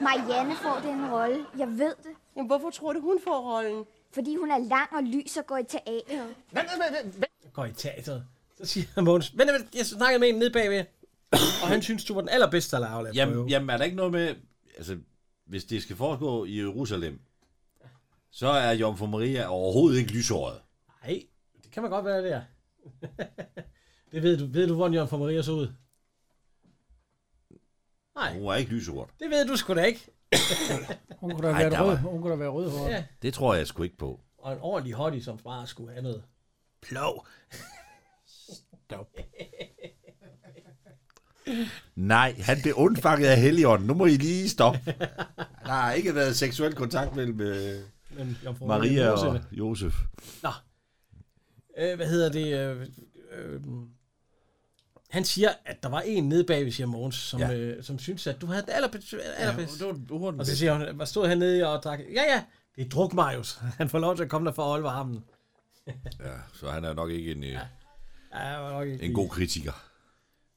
H: Marianne får den rolle. Jeg ved det.
F: Jamen, hvorfor tror du, hun får rollen?
H: Fordi hun er lang og lys og går i teater.
G: Vent, vent, vent, vent.
B: Går i teateret. Så siger Måns, men men, jeg snakkede med en nede bagved, og han synes, du var den allerbedste, der lavede
C: Jamen, jamen, er der ikke noget med... Altså, hvis det skal foregå i Jerusalem, så er Jomfru Maria overhovedet ikke lyshåret.
B: Nej, det kan man godt være, det er. det ved du, ved du, hvordan Jørgen for Maria så ud? Nej,
C: Hun er ikke lyshåret.
B: det ved du sgu da ikke.
A: Hun kunne da
C: Ej,
A: være et
C: der
A: rød,
C: var-
A: hun kunne da være rødhåret.
B: Ja.
C: Det tror jeg sgu ikke på.
B: Og en ordentlig hottie, som bare skulle have noget plov.
C: Nej, han blev undfanget af Helligånden. Nu må I lige stoppe. Der har ikke været seksuel kontakt mellem øh,
B: Men Jomfru
C: Maria
B: Josef.
C: og Josef.
B: øh, hvad hedder det? Øh, øh, han siger, at der var en nede bagved, siger Mogens, som,
C: Ja.
B: ja. øh, som synes, at du havde det allerbedst. allerbedst. Ja,
C: var
B: og så siger hun, hvad stod han nede og drak? Ja, ja, det er druk, Marius. Han får lov til at komme der for at holde varmen.
C: Ja, så han er nok ikke en, ja.
B: Ja, jeg var nok ikke
C: en
B: lige-
C: god kritiker.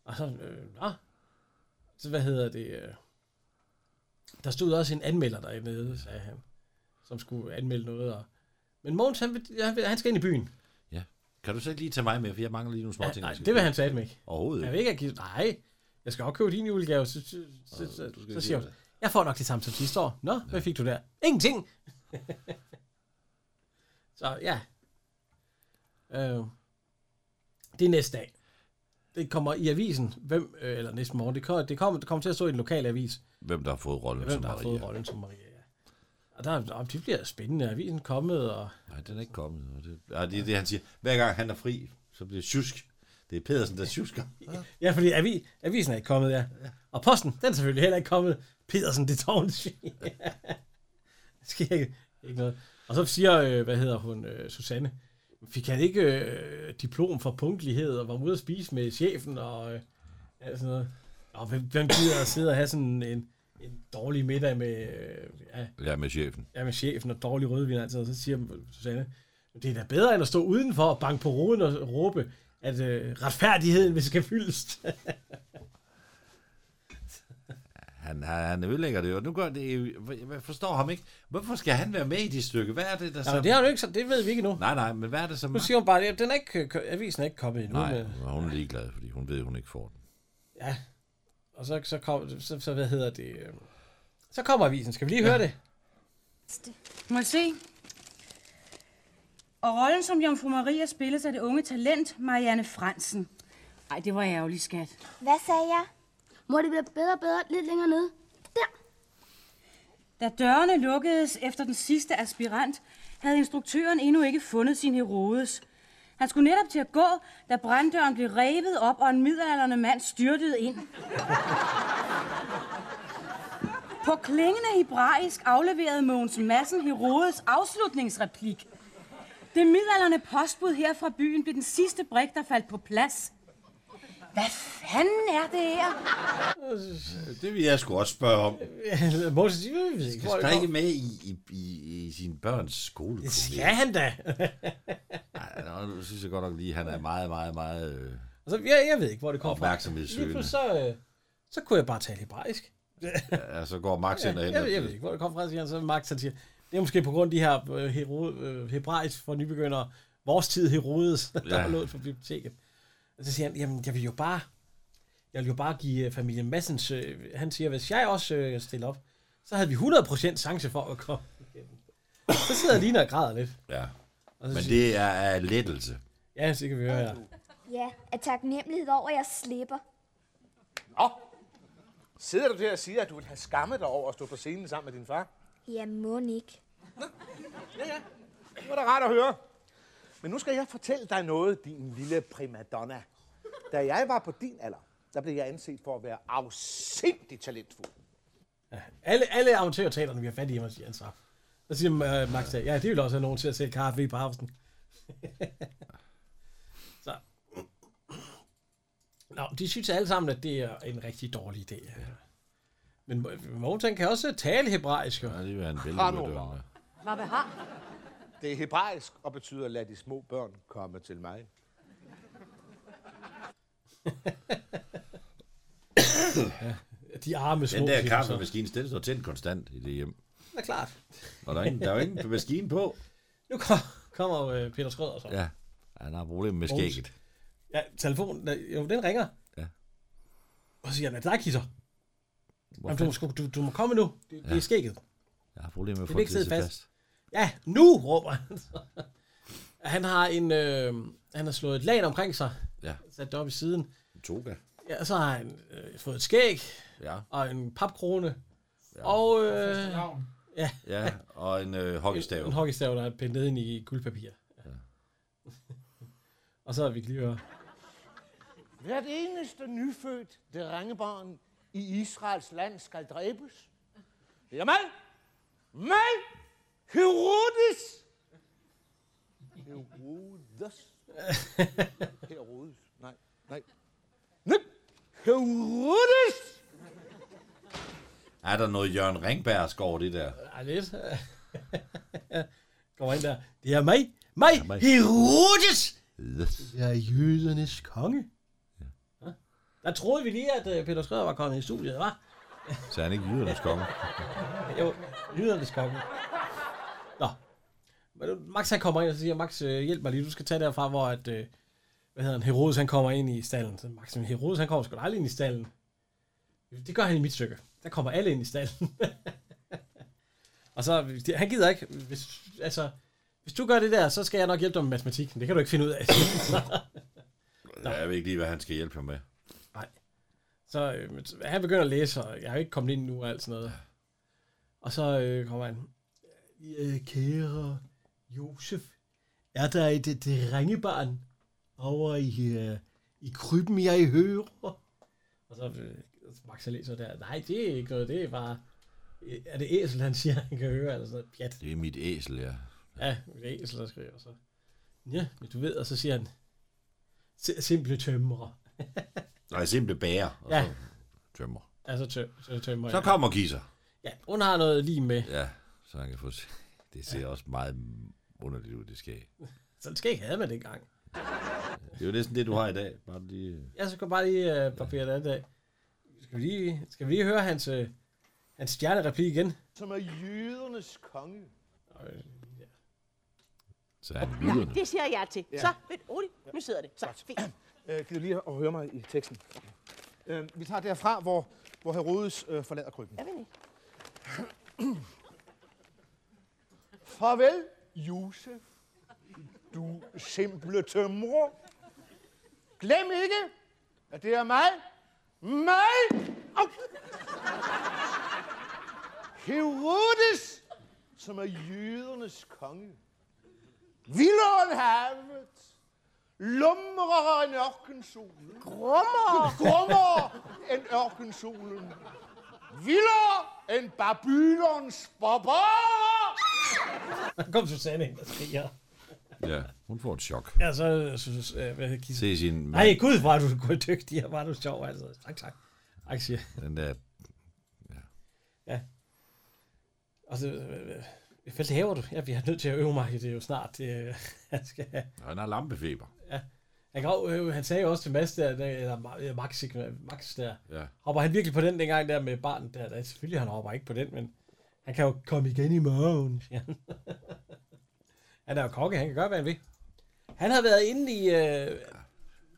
B: Og så, øh, nå. Så hvad hedder det? Øh? Der stod også en anmelder dernede, sagde han, som skulle anmelde noget. Og... Men Mogens, han, vil, han, vil, han skal ind i byen.
C: Kan du så ikke lige tage mig med, for jeg mangler lige nogle små
B: Ja,
C: ting.
B: nej,
C: jeg skal
B: det vil
C: købe.
B: han satme ikke.
C: Overhovedet
B: Jeg
C: ikke.
B: vil ikke have givet, nej, jeg skal også købe din julegave. Så, så, så, så,
C: du skal
B: så
C: sige
B: siger hun,
C: det.
B: jeg får nok det samme som sidste år. Nå, hvad fik du der? Ingenting! så ja. Øh, det er næste dag. Det kommer i avisen, hvem, øh, eller næste morgen, det kommer, det, kommer, det kommer til at stå i den lokale avis,
C: Hvem der har fået rollen
B: hvem
C: som
B: der har
C: Maria?
B: fået rollen som Maria. ja. Og der, er- om det bliver spændende, avisen er kommet, og
C: Nej, den er ikke kommet. Og det, ja, det er det, han siger. Hver gang han er fri, så bliver det sjusk. Det er Pedersen, der sjusker.
B: ja, fordi avi, avisen er ikke kommet, ja. Og posten, den er selvfølgelig heller ikke kommet. Pedersen, det tårne sker ikke, ikke noget. Og så siger, øh, hvad hedder hun, øh, Susanne, fik han ikke øh, diplom for punktlighed, og var ude at spise med chefen, og øh, alt sådan noget. Og hvem, hvem gider at sidde og have sådan en, en dårlig middag med, øh, ja,
C: Ja, med chefen.
B: ja, med chefen og dårlig rødvin altid, og så siger Susanne, Det er da bedre end at stå udenfor og banke på roden og råbe, at øh, retfærdigheden vil skal fyldes.
C: Han, han, han ødelægger det jo. Nu gør det jo- Jeg forstår ham ikke. Hvorfor skal han være med i det stykke? Hvad er det, der
B: Jamen, det har du ikke, så det ved vi ikke endnu.
C: Nej, nej, men hvad er det, som...
B: Nu siger hun bare, at den er ikke, øh, kø- avisen er ikke kommet endnu.
C: Nej,
B: men-
C: hun er ligeglad, fordi hun ved, hun ikke får den.
B: Ja. Og så, så, kom, så, så hvad hedder det? øh, Så kommer avisen. Skal vi lige høre det?
E: Må jeg se? Og rollen som Jomfru Maria spilles af det unge talent Marianne Fransen. Ej, det var ærgerligt, skat.
H: Hvad sagde jeg? Må det blive bedre og bedre lidt længere nede?
E: Da dørene lukkedes efter den sidste aspirant, havde instruktøren endnu ikke fundet sin Herodes. Han skulle netop til at gå, da branddøren blev revet op, og en midalderne mand styrtede ind. På klingende hebraisk afleverede Mogens Madsen Herodes afslutningsreplik. Det midalderne postbud her fra byen blev den sidste brik, der faldt på plads. Hvad fanden er det her?
C: Det vil jeg sgu også spørge om.
B: Moses, de ved ikke,
C: Skal
B: hvor det
C: strikke
B: kommer.
C: med i, i, i, i sin børns skole. Det
B: Ja, han da.
C: Ej, nu synes jeg godt nok lige, han er meget, meget, meget... Øh,
B: altså, jeg, jeg ved ikke, hvor det kommer Lige
C: Opmærksomhedssøgende.
B: pludselig så, øh, så kunne jeg bare tale hebraisk.
C: ja, så går Max ind
B: jeg,
C: og henter.
B: jeg, jeg ved ikke, hvor det kom fra, siger han, så Max han siger, det er måske på grund af de her øh, hero, øh, hebraisk for nybegyndere, vores tid Herodes, der
C: Ja.
B: ja. lå på biblioteket. Og så siger han, jamen jeg vil jo bare, jeg vil jo bare give øh, familien Massens, øh, han siger, hvis jeg også øh, stiller op, så havde vi 100% chance for at komme igennem. Så sidder Lina og græder lidt.
C: Ja.
B: Og så
C: Men
B: siger-
C: det er af lettelse.
B: Ja, så kan vi høre her.
H: Ja, af taknemmelighed over, at jeg slipper.
G: Nå, sidder du der og siger, at du vil have skammet dig over at stå på scenen sammen med din far?
H: Ja, må ikke.
G: Ja, ja. Det var da rart at høre. Men nu skal jeg fortælle dig noget, din lille primadonna. Da jeg var på din alder, der blev jeg anset for at være afsindig talentfuld.
B: Alle, alle amatørteaterne, vi har fat i, man siger han så. Så siger øh, Max, ja, det vil også have nogen til at sælge kaffe i pausen. så. Nå, de synes alle sammen, at det er en rigtig dårlig idé. Men Mo- Mogens, han kan også tale hebraisk. jo.
C: Ja, det er en
G: Hannover.
C: vældig
E: Hvad vil have?
G: Det er hebraisk og betyder, lad de små børn komme til mig.
B: De arme små.
C: Den der
B: siger han så.
C: kaffemaskine, den står tændt konstant i det hjem.
B: Det er klart.
C: Og der er, ingen, der er jo ingen maskine på.
B: Nu kom- kommer øh, Peter Skrøder så.
C: Ja, han har problemer med skægget.
B: ja telefonen, øh, jo, den ringer.
C: Ja.
B: Og så siger han, at der er kisser. Jamen,
C: fanden?
B: du, skal- du, du må komme nu. Det, ja. det er skægget.
C: Jeg har problemer med at
B: Det
C: få
B: vil ikke sidde
C: det til
B: fast.
C: fast.
B: Ja, nu råber han så. Han har en, øh, han har slået et lag omkring sig,
C: Ja,
B: sat det op i siden.
C: en toga.
B: Ja, så har han øh, fået et skæg
C: Ja,
B: og en papkrone. Ja. Og øh,
C: ja. og en øh,
B: en,
C: hockeystav.
B: en hockeystav, der er pindet ind i guldpapir. Ja. og så er vi lige høre.
G: Hvert eneste nyfødt drengebarn i Israels land skal dræbes. Jamal! Mal! Herodes! Herodes? Herodes? Nej, nej. Nej! Herodes!
C: Er der noget Jørgen Ringbergs over det der?
B: Ej, lidt. Kommer ind der. Det er mig. Mig. Ja,
C: mig.
B: Herodes.
C: Yes.
B: Jeg er jødernes konge. Ja. Der troede vi lige, at øh, Peter Skrøder var kommet i studiet, var?
C: Så er han ikke jydernes konge.
B: Jo, lydernes konge. Nå. Men nu- Max han kommer ind og så siger, Max, øh, hjælp mig lige, du skal tage derfra, hvor at, øh, hvad hedder han, Herodes han kommer ind i stallen. Så Max, men Herodes han kommer sgu da aldrig ind i stallen. "Jo, Det gør han i mit stykke. Der kommer alle ind i stallen. og så, det- han gider ikke, hvis, altså, hvis du gør det der, så skal jeg nok hjælpe dig med matematikken. Det kan du ikke finde ud af.
C: Ja, jeg ved ikke lige, hvad han skal hjælpe ham med.
B: Så øh, han begynder at læse, og jeg er jo ikke kommet ind nu og alt sådan noget. Og så øh, kommer han. Øh, kære Josef, er der et, et drengebarn over i, øh, i krybben, jeg hører? Og så øh, Max han læser der. Nej, det er ikke noget, det er bare... øh, Er det æsel, han siger, han kan høre? Eller sådan noget. Pjat.
C: Det er mit æsel, ja.
B: Ja, det er æsel, der skriver så. Ja, men du ved, og så siger han, "Si- simple tømrer.
C: Nej, simpelthen bærer. Og
B: Ja.
C: så tømmer.
B: Altså tø, tø, tømrer.
C: Så
B: ja.
C: kommer Kisser.
B: Ja, hun har noget lige med.
C: Ja, så han kan få... Det ser også meget underligt ud, det skal.
B: Sådan skal ikke have man dengang.
C: Det er jo næsten det, du har i dag. Bare lige... øh,
B: Jeg så kan bare lige øh, papere den anden dag. Skal vi lige, skal vi lige høre hans, øh, hans stjernereplik igen?
G: Som er jødernes konge.
C: Så er det lyderne.
K: Det siger jeg til. Så, lidt roligt. Nu sidder det. Så, fint.
G: Øh, gider lige at høre mig i teksten. Øh, vi tager derfra, hvor, hvor Herodes øh, forlader krybben.
K: Jeg ved ikke.
G: Farvel, Josef. Du simple tømrer. Glem ikke, at det er mig. Mig! Au! Herodes, som er jødernes konge. Vildere end havet. Lumrere end ørkensolen. Grummer! Grummer end ørkensolen. Vildere end Babylons barbarer.
B: Der kom Susanne ind og skriger.
C: Ja, hun får et chok.
B: Ja, så øh, synes, øh, hvad hedder Kisse?
C: Se sin
B: Nej, gud, hvor er du god dygtig, og hvor er du sjov, altså. Tak, tak. Tak, siger jeg.
C: den der...
B: Og så, øh, øh, hvad laver du? Jeg bliver nødt til at øve mig i det jo snart. Det, øh, jeg skal have.
C: Nå, han har lampefeber.
B: Jeg kan, også- øh, han sagde jo også til Mads der, der eller Ma- øh, Max, ikke, Max der,
C: Ja.
B: hopper han virkelig på den dengang der med barnet der? der selvfølgelig, han hopper ikke på den, men han kan jo komme igen i morgen, siger han. han er jo kokke, han kan gøre, hvad han vil. Han har været inde i... Øh,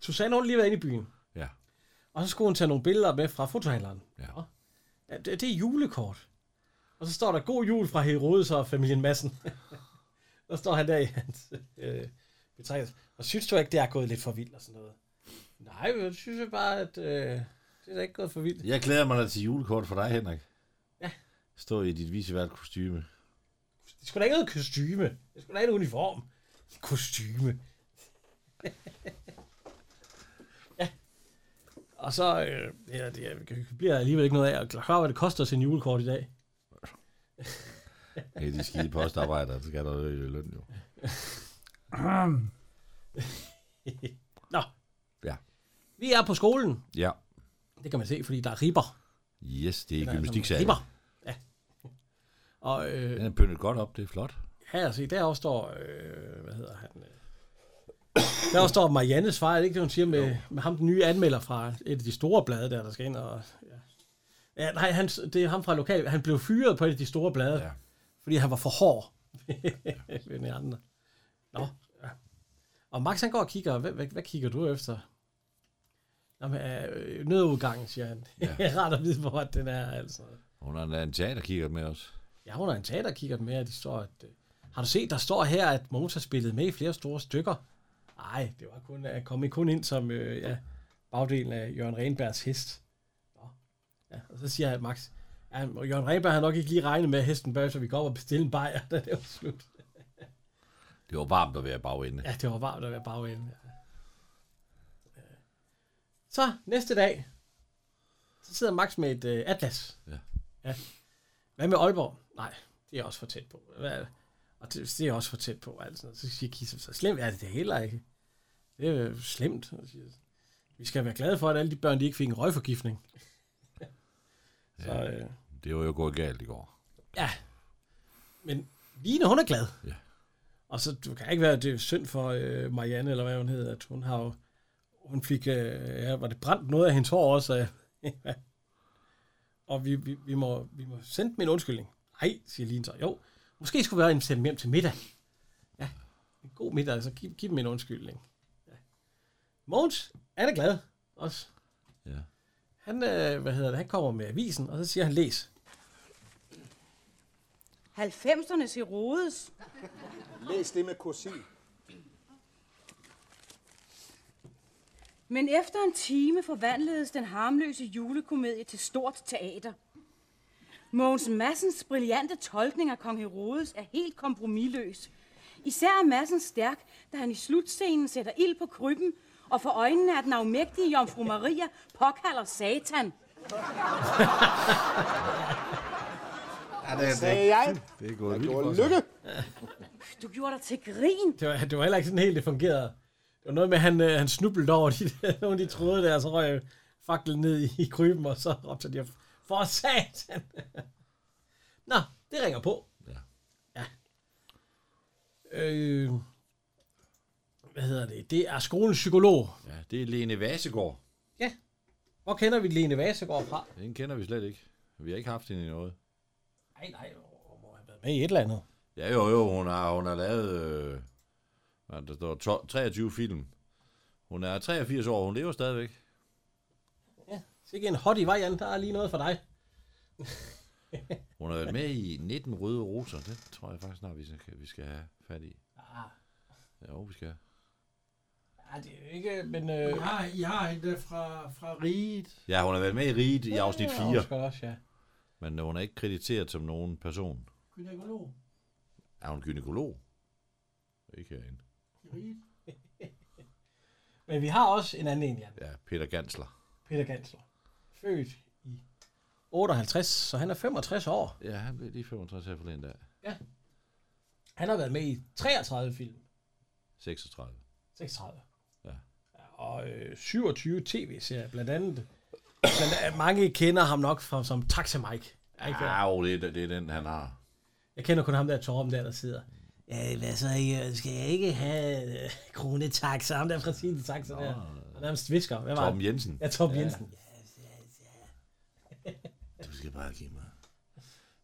B: Susanne, hun har lige været inde i byen.
C: Ja.
B: Og så skulle hun tage nogle billeder med fra fotohandleren.
C: Ja.
B: Nå. Ja, det, det er julekort. Og så står der, god jul fra Herodes og familien Madsen. der står han der i hans øh, betegnelse. Og synes du ikke, det er gået lidt for vildt og sådan noget? Nej, men jeg synes jeg bare, at øh, det er da ikke gået for vildt.
C: Jeg glæder mig da til julekort for dig, Henrik. Ja. Stå i dit visevært kostyme.
B: Det skulle da ikke noget kostyme. Det skulle da ikke en uniform. Kostyme. ja. Og så øh, ja, det, er- det bliver alligevel ikke noget af at klare, hvad det koster at sende julekort i dag.
C: Ja, de skide postarbejdere, så skal der jo i løn jo.
B: Nå.
C: Ja.
B: Vi er på skolen.
C: Ja.
B: Det kan man se, fordi der er ribber.
C: Yes, det er
B: Der er
C: gymnastiksal.
B: Ribber. Ja. Og øh,
C: Den er pyntet godt op, det er flot.
B: her, se, der også står, øh, hvad hedder han? Øh, der også står Mariannes far, er det ikke det, hun siger med, med ham, den nye anmelder fra et af de store blade der, der skal ind og... Ja. Ja, nej, han, det er ham fra lokal. Han blev fyret på et af de store blade, ja.
C: Ja.
B: fordi han var for hård ved de andre. Nå. Ja. Og Max, han går og kigger. Hvad, hvad, hvad kigger du efter? Jamen, øh, nødudgangen, siger han. Ja. Rart at vide, hvor den er, altså.
C: Hun har endda en teaterkikkert med os.
B: Ja, hun er en teaterkigger med, at de står, at... Øh, har du set, der står her, at Mozart har spillet med i flere store stykker? Nej, det var kun, at komme kun ind som øh, ja, bagdelen af Jørgen Renbergs hest. Nå. Ja, og så siger jeg, Max, ja, og Jørgen Renberg har nok ikke lige regnet med, at hesten bør, så vi går op og bestiller en bajer, da det var slut.
C: Det var varmt at være baginde.
B: Ja, det var varmt at være bagende. Ja. Øh. Så, næste dag, så sidder Max med et øh, atlas.
C: Ja.
B: ja. Hvad med Aalborg? Nej, det er også for tæt på. Hvad er det? Og det, det er også for tæt på. Altså. Så siger Kisser, så slemt er det det heller ikke. Det er jo slemt. Og siger, Vi skal være glade for, at alle de børn, de ikke fik en røgforgiftning. så, øh,
C: Det var jo gået galt i går.
B: Ja. Men Line, hun er glad.
C: Ja.
B: Og så du kan ikke være, det er synd for øh, Marianne, eller hvad hun hedder, at hun har jo, hun fik, øh, ja, var det brændt noget af hendes hår også? Øh, ja. Og vi, vi, vi, må, vi må sende dem en undskyldning. Nej, siger Line så. Jo, måske skulle vi invitere dem hjem til middag. Ja, en god middag, så giv, giv dem en undskyldning. Ja. Mogens, han er glad også.
C: Ja.
B: Han, øh, hvad hedder det, han kommer med avisen, og så siger han, læs.
E: 90'ernes Herodes.
G: Læs det med kursiv.
E: Men efter en time forvandledes den harmløse julekomedie til stort teater. Mogens Massens brillante tolkning af kong Herodes er helt kompromilløs. Især er Massen stærk, da han i slutscenen sætter ild på krybben, og for øjnene af den afmægtige jomfru Maria påkalder satan.
C: Ja, det,
G: Sagde jeg,
C: det er gået vildt
G: og
C: for sig.
G: lykke.
E: Du gjorde dig til grin.
B: Det var, det var heller ikke sådan helt, det fungerede. Det var noget med, at han, øh, han snublede over de der, nogle af de tråde der, og så røg faklen ned i, i kryben, og så råbte de, for satan! Nå, det ringer på. Ja. ja. Øh, hvad hedder det? Det er skolens psykolog.
C: Ja, det er Lene Vasegård.
B: Hvor kender vi Lene Vasegård fra?
C: Den kender vi slet ikke. Vi har ikke haft hende i noget.
B: Nej, nej, hun må have været med i et eller andet.
C: Ja, jo, jo, hun har, hun har lavet, øh, hvad er det, der står 12, 23 film. Hun er 83 år, hun lever stadigvæk.
B: Sikke en hot i vejen, der er lige noget for dig.
C: Hun har været med i 19 røde roser, det tror jeg faktisk snart, vi skal, vi skal have fat i.
B: Ah.
C: Jo, vi skal.
B: Ja, det er jo ikke, men... Øh,
A: Jeg har, jeg har hende der fra, fra riget.
C: Ja, hun har været med i Riget i afsnit
B: Ja,
C: 4,
B: Oscar Også, ja.
C: men hun er ikke krediteret som nogen person.
A: Gynækolog.
C: Er hun gynekolog? Ikke herinde.
A: i riget.
B: Men vi har også en anden en, Jan.
C: Ja, Peter Gansler.
B: Peter Gansler. Født i 58, så han er 65 år.
C: Ja, han blev lige 65 her forleden dag.
B: Han har været med i 33 film.
C: 36.
B: 36.
C: Ja.
B: Og øh, 27 tv-serier, blandt andet. Blandt andet, mange kender ham nok fra, som Taxa Mike. Er ikke
C: Ja, Ah, jo, det, er- det er den, han har.
B: Jeg kender kun ham der, Torben der, der sidder. Ja, hvad så, Jørgen? Skal jeg ikke have øh, kronetaxa? Ham der fra sin taxa der. Han nærmest visker. Hvad var
C: Torben
B: det?
C: Jensen.
B: Ja, Torben Jensen.
C: Du skal bare give mig.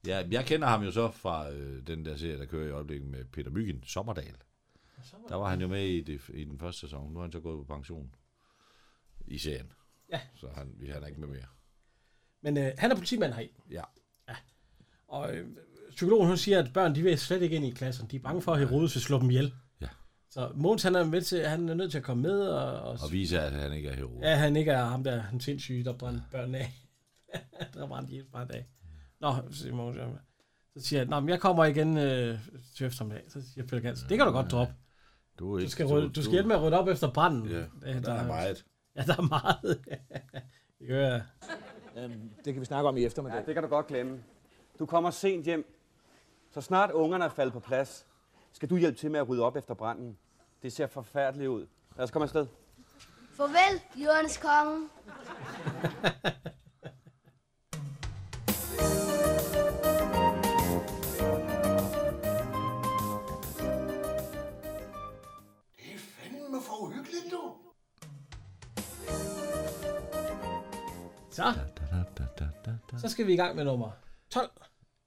C: Ja, jeg kender ham jo så fra øh, den der serie, der kører i øjeblikket med Peter Myggen, Sommerdal. Der var han jo med i, det, i den første sæson. Nu er han så gået på pension i serien.
B: Ja.
C: Så han, vi- han er ikke med mere.
B: Men øh, han er politimand heri.
C: Ja.
B: Og øh, psykologen hun siger, at børn de vil slet ikke ind i klassen. De er bange for, at Herodes vil slå dem ihjel.
C: Ja.
B: Så Måns han er, med til, han er nødt til at komme med. Og, og,
C: Og vise, at han ikke er hero.
B: Ja, han ikke er ham der, han sindssyge, der brændte børnene af. der brændte de bare af. Nå, siger Mogens Jørgensen. så siger jeg, Nå, men jeg kommer igen øh, til eftermiddag. Så siger Peter Gansen, det kan du godt droppe.
C: Du, er
B: Du skal, rydde, du skal hjælpe med at rydde op efter branden.
C: Ja,
B: der,
C: Der er meget.
B: Ja, der er meget. det gør jeg.
G: Det kan vi snakke om i eftermiddag.
L: Ja, det kan du godt glemme. Du kommer sent hjem. Så snart ungerne er faldet på plads, skal du hjælpe til med at rydde op efter branden. Det ser forfærdeligt ud. Lad os komme afsted.
H: Farvel, jordens konge.
I: Fanden for uhyggeligt, du.
B: Så,
C: Da, da, da, da, da, da.
B: så skal vi i gang med nummer 12.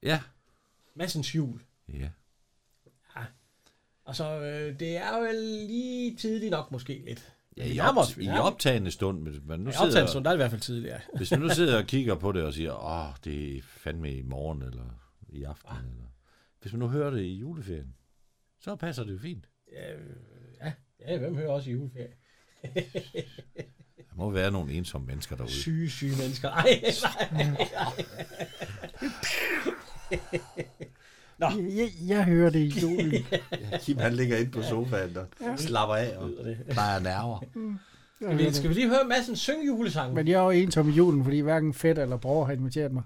C: Ja.
B: Massens jul.
C: Ja.
B: Altså, øh, det er jo lige tidligt nok måske lidt.
C: ja
B: Vi
C: i,
B: nærmer os,
C: opt-
B: vi
C: I
B: nærmer os.
C: optagende stund. Men men nu
B: Ja, I optagelsen,
C: sidder,
B: der er det i hvert fald tidligere.
C: hvis man nu sidder og kigger på det og siger, åh, det er fandme i morgen eller i aften.
B: Ah.
C: Eller, hvis man nu hører det i juleferien, så passer det jo fint.
B: Ja, øh, ja. ja, hvem hører også i juleferie?
C: Der må være nogle ensomme mennesker derude.
B: Syge, syge mennesker. Ej, nej, nej, Nå.
A: Jeg, jeg, jeg hører det i julen.
C: Kim, han ligger inde på sofaen og slapper af og plejer nerver.
B: Skal vi, skal vi lige høre Madsen synge julesangen?
A: Men jeg er jo ensom i julen, fordi hverken fedt eller bror har inviteret mig.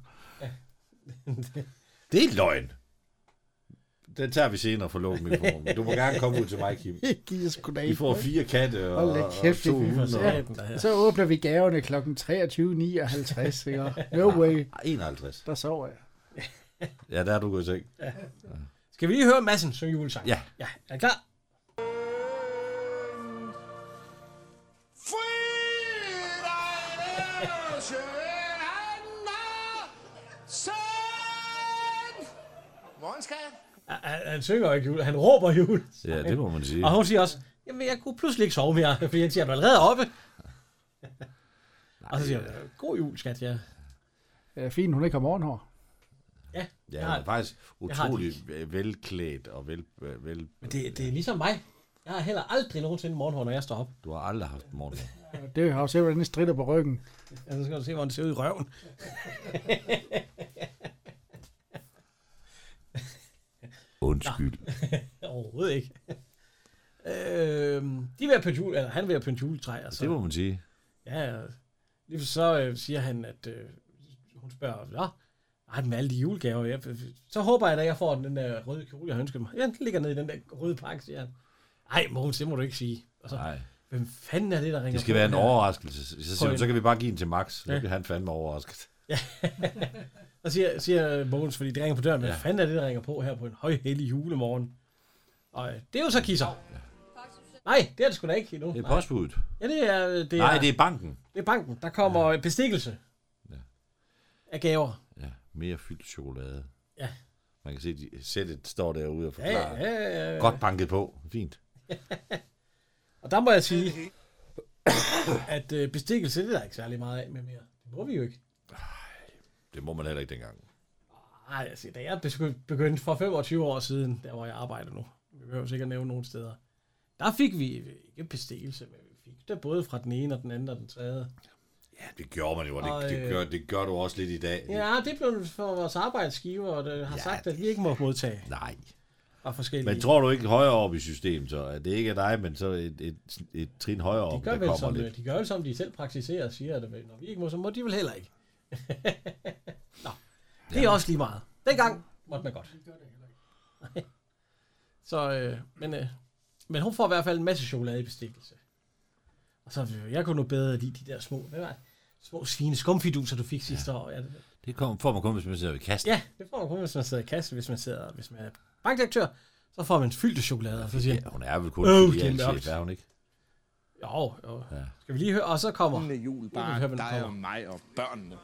C: Det er løgn. Den tager vi senere for lukket mikrofonen. men Du må gerne komme ud til mig, Kim.
A: Det giver sgu da
C: Vi
A: ikke.
C: får fire katte og,
A: Hold da
C: og
A: kæft,
C: to
A: det er
C: hunde.
A: for
B: den der her.
A: Så åbner vi gaverne kl. 23.59, ikke? No way.
C: og- 51.
A: Der sover jeg.
C: Ah, Ja, der er du gået i seng.
B: Skal vi lige høre Madsen synge julesangen?
C: Ja.
B: Ja, er I klar?
I: Fri dig, Søren Søren! Morgen, skat.
B: Han- Han, han synger jo ikke jul, han råber jul.
C: Ja, det må man sige.
B: Og hun siger også, jamen jeg kunne pludselig ikke sove mere, fordi han siger, du er allerede oppe. og så siger hun, god jul, skat, ja.
A: Ja, fint, hun ikke har morgenhår.
B: Ja,
C: Ja,
B: jeg
C: hun
B: har,
C: er faktisk
B: har det
C: utrolig velklædt og vel, vel...
B: men det, det er ligesom mig. Jeg har heller aldrig nogensinde morgenhår, når jeg står op.
C: Du har aldrig haft morgen.
A: Det har jo simpelthen en stritter på ryggen.
B: Ja, så skal du se, hvordan det ser ud i røven.
C: Undskyld.
B: Overhovedet ikke. øhm, de er ved at pynte jule, eller han er ved at pynte juletræ. Altså.
C: Det må man sige.
B: Ja, ja. lige så øh, siger han, at øh, hun spørger, Nå, har den med alle de julegaver? Jeg, så håber jeg da, jeg får den der røde kjole, jeg har ønsket mig. Ja, den ligger nede i den der røde pakke, siger han. Ej, Mogens, det må du ikke sige. Og så,
C: Nej,
B: hvem fanden er det, der ringer
C: det skal
B: Altså, på
C: være en
B: her?
C: overraskelse. Så, siger hun, så kan vi bare give den til Max. Nu
B: Ja.
C: bliver han fandme overrasket.
B: Og siger, siger Mogens, fordi det ringer på døren, men
C: Ja.
B: ja. fanden er det, der ringer på her på en højhellig julemorgen? Og øh, det er jo så kisser. Nej, det er det sgu da ikke endnu.
C: Det er
B: Nej.
C: postbuddet.
B: Ja, det er... øh, Det
C: Nej, det er banken.
B: Det er banken. Der kommer ja. bestikkelse af gaver.
C: Ja, mere fyldt chokolade.
B: Ja.
C: Man kan se, at sættet står derude og
B: Ja, ja,
C: forklarer.
B: ja, ja.
C: Godt banket på. Fint.
B: Og der må jeg sige, at øh, bestikkelse, det er der ikke særlig meget af med mere. Det må vi jo ikke.
C: Det må man heller ikke dengang.
B: Nej, altså, da jeg besky- begyndte for 25 år siden, der hvor jeg arbejder nu, vi behøver sikkert nævne nogle steder, der fik vi øh, ikke bestikkelse, men vi fik det både fra den ene og den anden og den tredje.
C: Ja, det gjorde man jo, og det,
B: Og, øh,
C: det, gør, det gør du også lidt i dag.
B: Ja, det blev for vores arbejdsgiver, og det har ja, sagt, at vi ikke må modtage.
C: Nej.
B: Og forskellige.
C: Men tror du ikke højere op i systemet, så at det ikke er dig, men så et, et, et trin højere
B: de
C: op,
B: gør,
C: der
B: vel,
C: kommer
B: som, øh,
C: lidt.
B: de gør vel, som de selv praktiserer og siger, at øh, når vi ikke må, så må de vel heller ikke. Nå, det er også lige meget. Dengang måtte man godt. Nej. Så, øh, men, øh, men hun får i hvert fald en masse chokolade i bestikkelse. Og så, øh, jeg kunne nu bedre lide de der små, hvad var det? små svine skumfiduser, du fik sidste ja. år. Ja, det,
C: Det kom, får man kun, hvis man sidder ved kassen.
B: ja, det får man kun, hvis man sidder i kasse, hvis man, sidder, hvis man er bankdirektør. Så får man fyldte chokolade, og så siger
C: Ja, hun er vel kun
B: Øh, det er
C: øh, filialchef,
B: mørkt.
C: er hun ikke?
B: Jo, jo.
C: Ja.
B: Skal vi lige høre, og så kommer...
G: Hun er jul,
B: Nu kan vi høre,
G: bare
B: hvem der
G: dig og
B: kommer.
G: mig og børnene.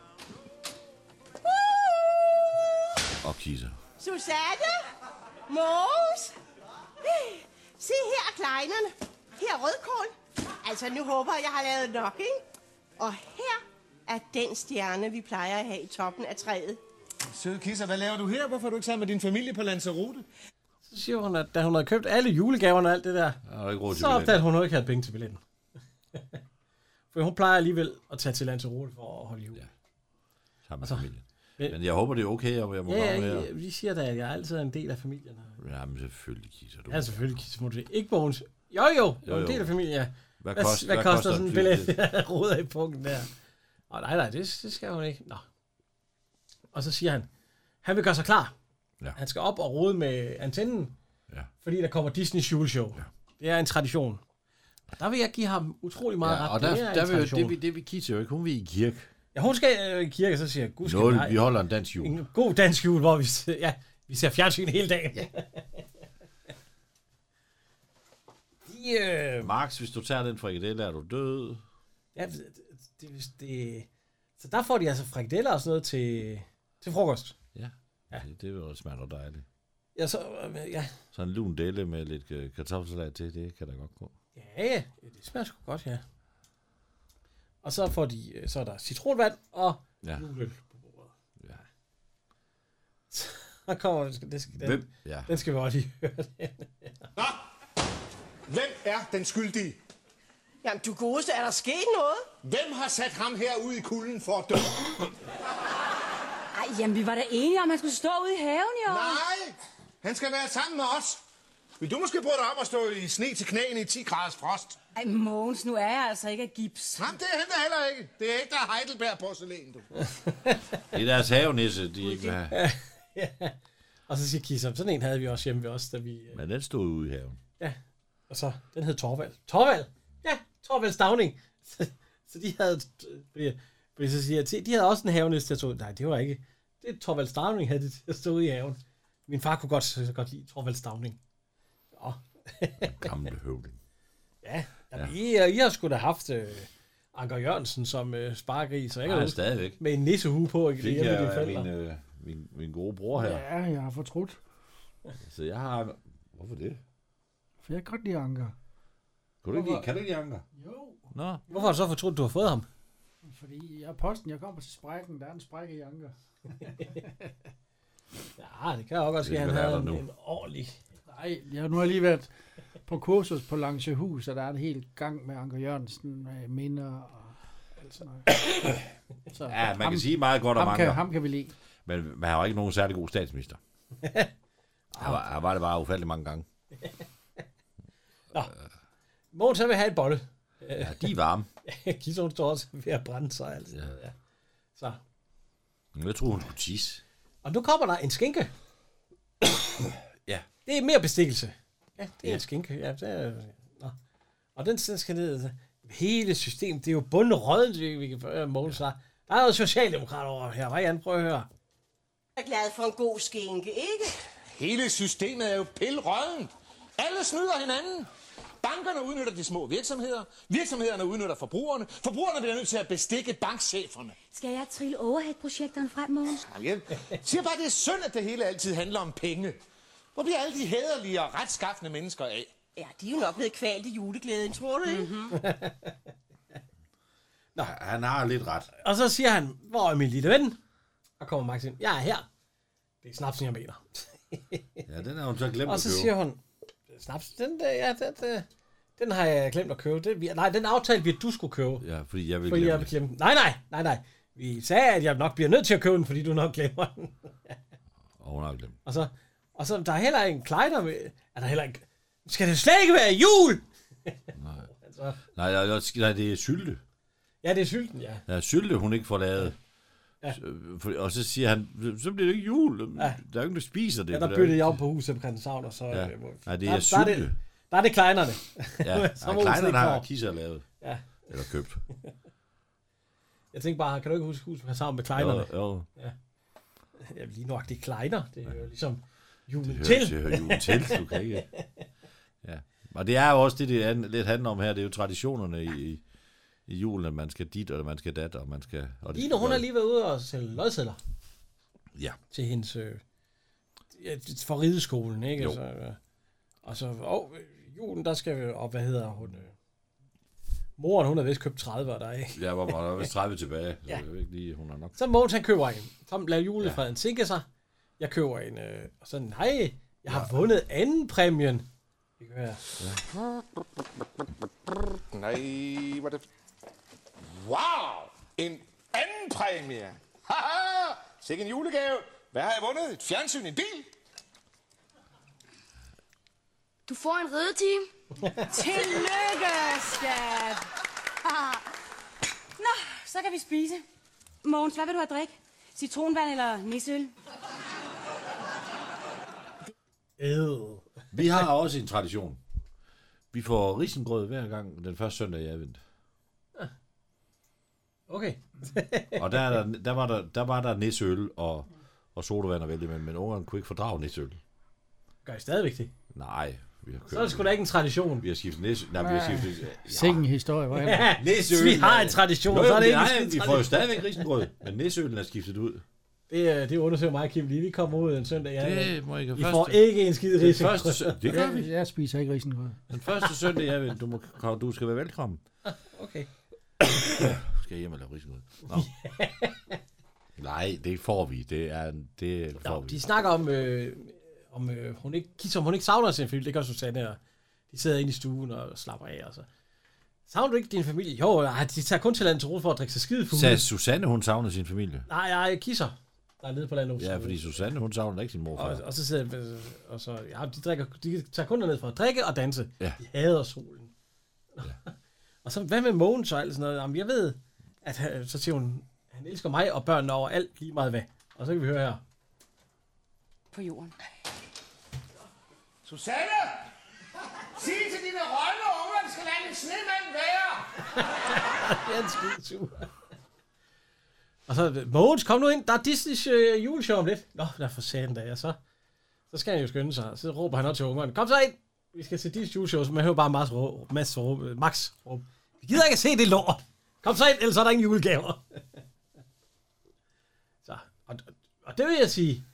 C: Og kisser.
K: Susanne! Mås! Se her, kleinerne. Her er rødkål. Altså, nu håber jeg, jeg har lavet nok, ikke? Og her er den stjerne, vi plejer at have i toppen af træet.
G: Søde kisser, hvad laver du her? Hvorfor er du ikke sammen med din familie på Lanzarote?
B: Så siger hun, at da hun havde købt alle julegaverne og alt det der,
C: Der er ikke råd til
B: så
C: billetten.
B: opdagede hun, at hun ikke havde penge til billetten. For hun plejer alligevel at tage til Lanzarote for at holde jul. Ja,
C: Sammen med
B: Altså,
C: familien.
B: men-
C: Men jeg håber, det er okay, om jeg må
B: ja,
C: komme
B: ja,
C: her.
B: ja vi siger da, at jeg altid er en del af familien.
C: Jamen selvfølgelig kisser du.
B: Ja, selvfølgelig, Kisse Motte. Ikke Bogens. Jo, jo, jo,
C: Jo,
B: jo, en
C: jo.
B: del af familien, ja.
C: Hvad
B: hvad,
C: kost-
B: hvad,
C: hvad
B: koster
C: koster
B: sådan en
C: en
B: billet?
C: flybillet?
B: Jeg roder i punkten der. Og nej, nej, det, det skal hun ikke. Nå. Og så siger han, han vil gøre sig klar.
C: Ja.
B: Han skal op og rode med antennen,
C: Ja.
B: fordi der kommer Disney's juleshow. Ja. Det er en tradition. Og der vil jeg give ham utrolig meget
C: Ja,
B: ret.
C: og der,
B: det er
C: der
B: en
C: vil, jo-
B: tradition.
C: det, vi, det vi kisser jo ikke. Hun vil i kirke.
B: Ja, hun skal øh, i kirke, så siger jeg, gud skal
C: Nul,
B: nej.
C: vi holder en dansk jul.
B: En god dansk jul, hvor vi, s- ja, vi ser fjernsyn hele dagen. Ja. Yeah.
C: Max, hvis du tager den frikadelle, er du død.
B: Ja, det, det, det, det, så der får de altså frikadeller og sådan noget til, til frokost.
C: Ja, ja. det, det vil også smage noget dejligt.
B: Ja, så, øh, ja.
C: Så en lun delle med lidt øh, kartoffelsalat til, det kan da godt gå.
B: ja, ja, det smager sgu godt, ja. Og så får de, øh, så er der citronvand og
C: Ja.
B: juleøl på bordet. Ja. Så kommer det, skal- det skal, den,
C: Hvem? Ja.
B: den skal vi også lige høre.
G: Hvem er den skyldige?
K: Jamen, du godeste, er der sket noget?
G: Hvem har sat ham her ud i kulden for at dø?
E: Ej, jamen, vi var da enige om, at han skulle stå ude i haven, jo.
G: Nej! Han skal være sammen med os. Vil du måske prøve dig op og stå i sne til knæene i 10 graders frost?
E: Ej, Mogens, nu er jeg altså ikke af gips.
G: Jamen, det er han da heller ikke. Det er ikke der er Heidelberg porcelæn, du.
C: Det er deres havenisse, de ikke vil have.
B: Og så siger Kisam, sådan en havde vi også hjemme ved os, da vi... øh,
C: Men den stod ude i haven.
B: Ja, og så, den hed Torvald. Torvald! Ja, Torvald Stavning. Så, så de havde, fordi, fordi så siger jeg, til- de havde også en havenæs, der stod, nej, det var ikke, det er Torvald Stavning, havde de til at stå ude i haven. Min far kunne godt, så godt lide Torvald Stavning. Nå,
C: Gamle høvding.
B: ja, ja. I, I har sgu da haft øh, Anker Jørgensen som øh, spargris, så jeg kan
C: Nej,
B: huske,
C: stadigvæk.
B: med en nissehue på, ikke?
C: Fik
B: Hjemme ved dine
C: jeg af
B: forældre.
C: min, øh, min, min gode bror her.
A: Ja, jeg har fortrudt.
C: Så jeg har... Hvorfor det?
A: For jeg kan godt lide Anker.
C: Kan du ikke, lide- kan du ikke lide Anker?
A: Jo,
C: Nå.
B: Hvorfor har du så fortrudt, du har fået ham?
A: fordi jeg er posten, jeg kommer til sprækken. Der er en sprække i Anker.
B: Ja, det kan jeg også godt
C: Det
B: sige, han
C: kan være
B: havde en,
C: der nu.
B: en ordentlig...
A: Nej, jeg, nu har jeg lige været på kursus på Langehus, og der er en hel gang med Anker Jørgensen, med minder og alt sådan noget. Så,
C: Ja, man
A: ham-
C: kan sige meget godt om
A: ham kan,
C: Anker,
A: ham kan vi lide.
C: men man har jo ikke nogen særlig god statsminister. Han var, han var det bare ufattelig mange gange.
B: Mogens, han vil have et bolle.
C: Ja, de er varme.
B: Kisse, hun står også ved at brænde sig. Altså. Ja. Ja. Så.
C: Jeg tror hun skulle tisse.
B: Og nu kommer der en skinke.
C: Ja.
B: Det er mere bestikkelse. Ja, det er ja.
C: Ja.
B: en skinke. Ja, det er, nå. Og den den skal ned. altså. Hele systemet, det er jo bundrødden, vi kan høre Mogens ja. Der er noget socialdemokrat over her. Hvad Jan? Prøv at høre.
K: Jeg er glad for en god skænke, ikke?
G: Hele systemet er jo pillerødent.
M: Alle snyder hinanden. Bankerne udnytter de små virksomheder. Virksomhederne udnytter forbrugerne. Forbrugerne bliver nødt til at bestikke bankcheferne.
N: Skal jeg trille overhead-projektoren frem, Mogens?
M: Jamen, Jeg siger bare, det er synd, at det hele altid handler om penge. Hvor bliver alle de hæderlige og retskaffende mennesker af?
K: Ja, de er jo nok blevet kvalt i juleglæden, tror du ikke? Mm-hmm.
C: Nå, han har lidt ret.
B: Og så siger han, hvor er min lille ven? Og kommer Max ind, jeg er her. Det er snapsen, jeg mener.
C: Ja, den har hun så glemt
B: og
C: at
B: så
C: købe.
B: siger hun, snaps, den der, ja, den, der, den har jeg glemt at købe. Det, vi, nej, den aftalte vi, at du skulle købe.
C: Ja, fordi jeg vil
B: Fordi
C: glemme
B: jeg
C: det.
B: glemte den. Nej, nej, nej, nej. Vi sagde, at jeg nok bliver nødt til at købe den, fordi du nok glemmer den.
C: Og hun har glemt.
B: Og så, og så der er heller ikke en Kleider med. Er der heller ikke... Skal det slet ikke være jul? altså,
C: Nej, nej, nej, nej, det er sylte.
B: ja, det er sylten, ja.
C: Ja, sylte, hun ikke får lavet.
B: Ja.
C: Ja. Og så siger han, så bliver det ikke jul. Ja. Der er jo ingen, der spiser det.
B: ja der
C: for er
B: byttede
C: jo-
B: jeg om på huset på Christianshavn, og så...
C: Ja.
B: øh, hvor-
C: Nej, det
B: der-
C: er
B: der,
C: sylte.
B: det, der er det Kleinerne.
C: Ja,
B: Så
C: så
B: må huset
C: Kleinerne
B: ikke
C: har
B: komme.
C: Kisser lavet.
B: Ja.
C: Eller købt.
B: Jeg tænkte bare, kan du ikke huske huset på Christianshavn med Kleinerne?
C: Jo, jo.
B: Ja. Jamen, lige nok, det er Kleiner. Det hører ligesom julen
C: Det hører,
B: til.
C: Det hører julen til, du kan ikke. Ja. Og det er jo også det, det an, lidt handler om her. Det er jo traditionerne i, i, i julen, at man skal dit, og man skal dat, og man skal... Og det
B: Line,
C: skal
B: hun har
C: gøre.
B: lige været ude og sælge lodsedler.
C: Ja.
B: Til hendes... Øh, ja, for rideskolen, ikke?
C: Jo.
B: Og så, øh, og så og, øh, julen, der skal... vi- Og hvad hedder hun? Øh, moren, hun har vist købt 30, og der er ikke...
C: Ja, hvor var der vist 30 tilbage. Så
B: Ja.
C: ja. jeg ved ikke lige, hun har nok...
B: Så Mogens, han køber en. Så lader julefreden ja. sænke sig. Jeg køber en, øh, og så nej, jeg har ja. vundet anden præmien. Det kan være.
M: Nej, hvor er det... Wow! En anden præmie! Haha! Sikke en julegave. Hvad har jeg vundet? Et fjernsyn, en bil?
H: Du får en ridetime.
E: Tillykke, skat. Ah. Nå, så kan vi spise. Mogens, hvad vil du have at drikke? Citronvand eller nisseøl?
B: Æd.
C: Vi har også en tradition. Vi får risengrød hver gang den første søndag i advent.
B: Okay.
C: Og der, er der, der, var, der, der var der nisseøl og, og sodavand at vælge imellem, men ungerne kunne ikke fordrage nisseøl.
B: Gør I stadigvæk det?
C: Nej. Vi har kørt,
B: Så er det sgu da ikke en tradition.
C: Vi har skiftet nisse. Nej, vi har skiftet... Ja.
A: Sikken historie, hvor er det?
C: Nisseøl.
B: Vi har en tradition,
C: Jo, jo,
B: så er det ikke en
C: nej,
B: skid
C: vi får jo
B: tradition.
C: stadigvæk risengrød, men nisseølen er skiftet ud.
B: Det, øh, det undersøger mig og Kim lige. Vi kommer ud en søndag. Ja,
C: Det må I gøre
B: I
C: først.
B: får ikke en skid
C: Den
B: risiko.
C: første sø- det gør vi.
A: Jeg, jeg spiser ikke risengrød.
C: Den første søndag, jeg vil, du, må, komme- du skal være velkommen.
B: Okay.
C: Skal jeg hjem og lave risengrød? Nå. Nej, det får vi. Det, er, det får vi.
B: De snakker om, øh, om øh, hun ikke, Kis, om hun ikke savner sin familie. Det gør Susanne, og de sidder inde i stuen og slapper af. Og så. Savner du ikke din familie? Jo, nej, de tager kun til landet for at drikke sig skide
C: Sagde Susanne, hun savner sin familie.
B: Nej, nej, kisser, der er nede på landet.
C: Ja, fordi Susanne, hun savner ikke sin mor.
B: Og, og, så sidder jeg, og så, ja, de, drikker, de tager kun ned for at drikke og danse.
C: Ja.
B: De hader solen. og så, hvad med Mogens og alt sådan noget? Jamen, jeg ved, at han- så siger hun, han elsker mig og børnene over alt lige meget hvad. Og så kan vi høre her.
E: På jorden.
M: Susanne! Sig til dine rønne unger, at de skal lade din snemand være!
B: det er en skide tur. Og så, Mogens, kom nu ind, der er Disney's øh, juleshow om lidt. Nå, der er for satan da, og så, så skal han jo skynde sig. Så råber han også til ungerne, kom så ind, vi skal se Disney's juleshow, så man hører bare Max råb, Max råb, øh, Max råb. Vi gider ikke at se det lort. Kom så ind, ellers er der ingen julegaver. så, og, og, det vil jeg sige,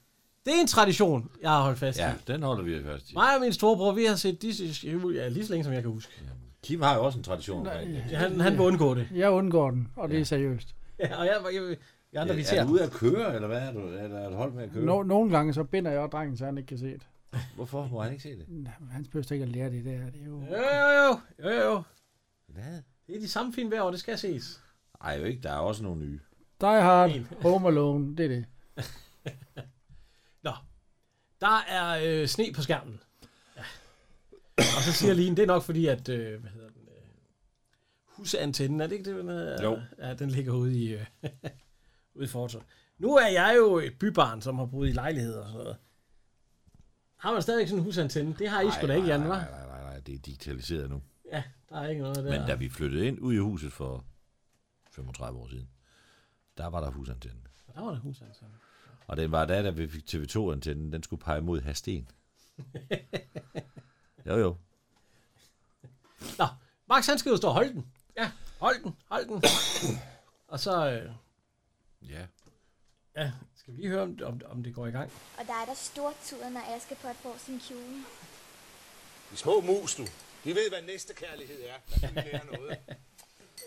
B: det er en tradition, jeg har holdt fast i.
C: Ja, den holder vi fast i.
B: Mig og min storebror, vi har set Disney's jule, ja, lige så længe som jeg kan huske.
C: Kim har jo også en tradition. Nej,
B: Ja, han, han vil undgå det.
A: Jeg undgår den, og det er seriøst.
B: Ja, og jeg, jeg, jeg, jeg andre, vi ser
C: er
B: den.
C: du ude at køre, eller hvad er du? Er der et hold med at køre?
A: No, nogle gange så binder jeg også drengen, så han ikke kan se det.
C: Hvorfor må han ikke se det?
A: Nej, men Han behøver ikke at lære det der. Det er jo...
B: Jo, jo, jo, jo, jo.
C: Hvad?
B: Det er de samme film hver år, det skal ses.
C: Ej, jo ikke. Der er også nogle nye.
A: Die Hard, Home Alone, det er det.
B: Der er øh, sne på skærmen. Ja. Og så siger Line, det er nok fordi, at øh, hvad hedder den, øh, husantennen, er det ikke det, den hedder?
C: Jo.
B: Ja, den ligger ude i, øh, ude i fortorvet. Nu er jeg jo et bybarn, som har boet i lejligheder og sådan noget. Har man stadigvæk sådan en husantenne? Det har I sgu da ikke, Jan, var?
C: Nej, nej, nej, det er digitaliseret nu.
B: Ja, der er ikke noget der.
C: Men da vi flyttede ind ud i huset for 35 år siden, der var der husantenne.
B: Der var der husantenne.
C: Og den var da, da vi fik TV2-antennen, den skulle pege mod Hasten. Jo, jo.
B: Nå, Max han skal jo stå og holde den. Ja, hold den, hold den. og så... Øh,
C: Ja.
B: ja, skal vi lige høre, om, om, om det går i gang.
H: Og der er der stor tur, når Askepot får sin kjole.
M: De små mus, du. De ved, hvad næste kærlighed er. Der skal vi lære noget.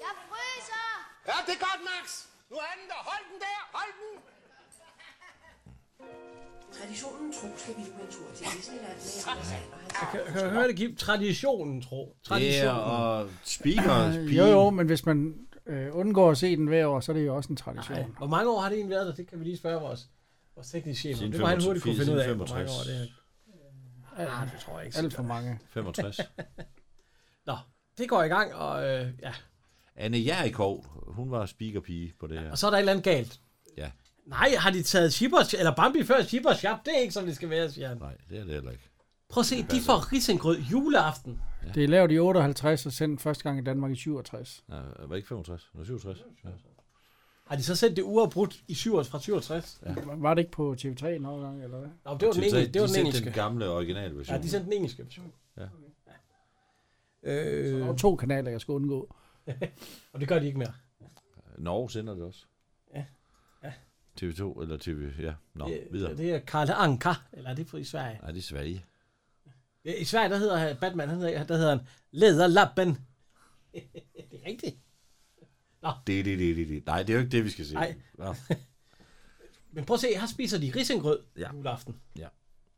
H: Jeg fryser!
M: Ja, det er godt, Max. Nu er den der. Hold den der. Hold den.
K: Traditionen tro skal vi nu en tur til Disneyland med
B: Kan, kan jeg høre det, Kim? Traditionen, tro.
C: Ja,
B: Traditionen.
C: og speakers,
A: Jo, jo, men hvis man øh, undgår at se den hver år, så er det jo også en tradition.
B: Ej, hvor mange år har det egentlig været der? Det kan vi lige spørge vores, vores tekniske chef. om. Det var han hurtigt kunne finde ud af, hvor mange år det er. Ah, det tror jeg ikke.
A: Alt for mange.
C: 65.
B: Nå, det går i gang, og øh, ja.
C: Anne Jerikov, hun var speakerpige på det her.
B: Og så er der et eller andet galt.
C: Ja,
B: Nej, har de taget Shippers, eller Bambi før Shippers Shop? Det er ikke, som det skal være, siger han.
C: Nej, det er det heller ikke.
B: Prøv at se, de får risengrød juleaften.
A: Det er lavet i 58 og sendt første gang i Danmark i 67.
C: Nej, var det ikke 65? Nu 67. Ja.
B: Har de så sendt det uafbrudt i 67, fra 67? Ja.
A: Var det ikke på TV3 en overgang, eller hvad?
B: Nå, det var den
C: TV3,
B: engelske. Det var den
C: de sendte
B: engelske.
C: den gamle originale version.
B: Ja, de sendte den engelske version.
C: Ja.
B: Øh,
A: Så der var to kanaler, jeg skulle undgå.
B: og det gør de ikke mere.
C: Norge sender det også.
B: Ja. Ja.
C: TV2 eller TV... Ja, nå,
B: Det-
C: videre.
B: Det er Karl Anka, eller er det fra i Sverige?
C: Nej, det er Sverige.
B: Ja, I Sverige, der hedder han- Batman, han hedder, der hedder han Lederlappen. det er rigtigt.
C: Det, det, det, det, det. Nej, det er jo ikke det, vi skal se.
B: Nej.
C: Nå.
B: Men prøv at se, her spiser de risengrød
C: ja.
B: juleaften.
C: Ja.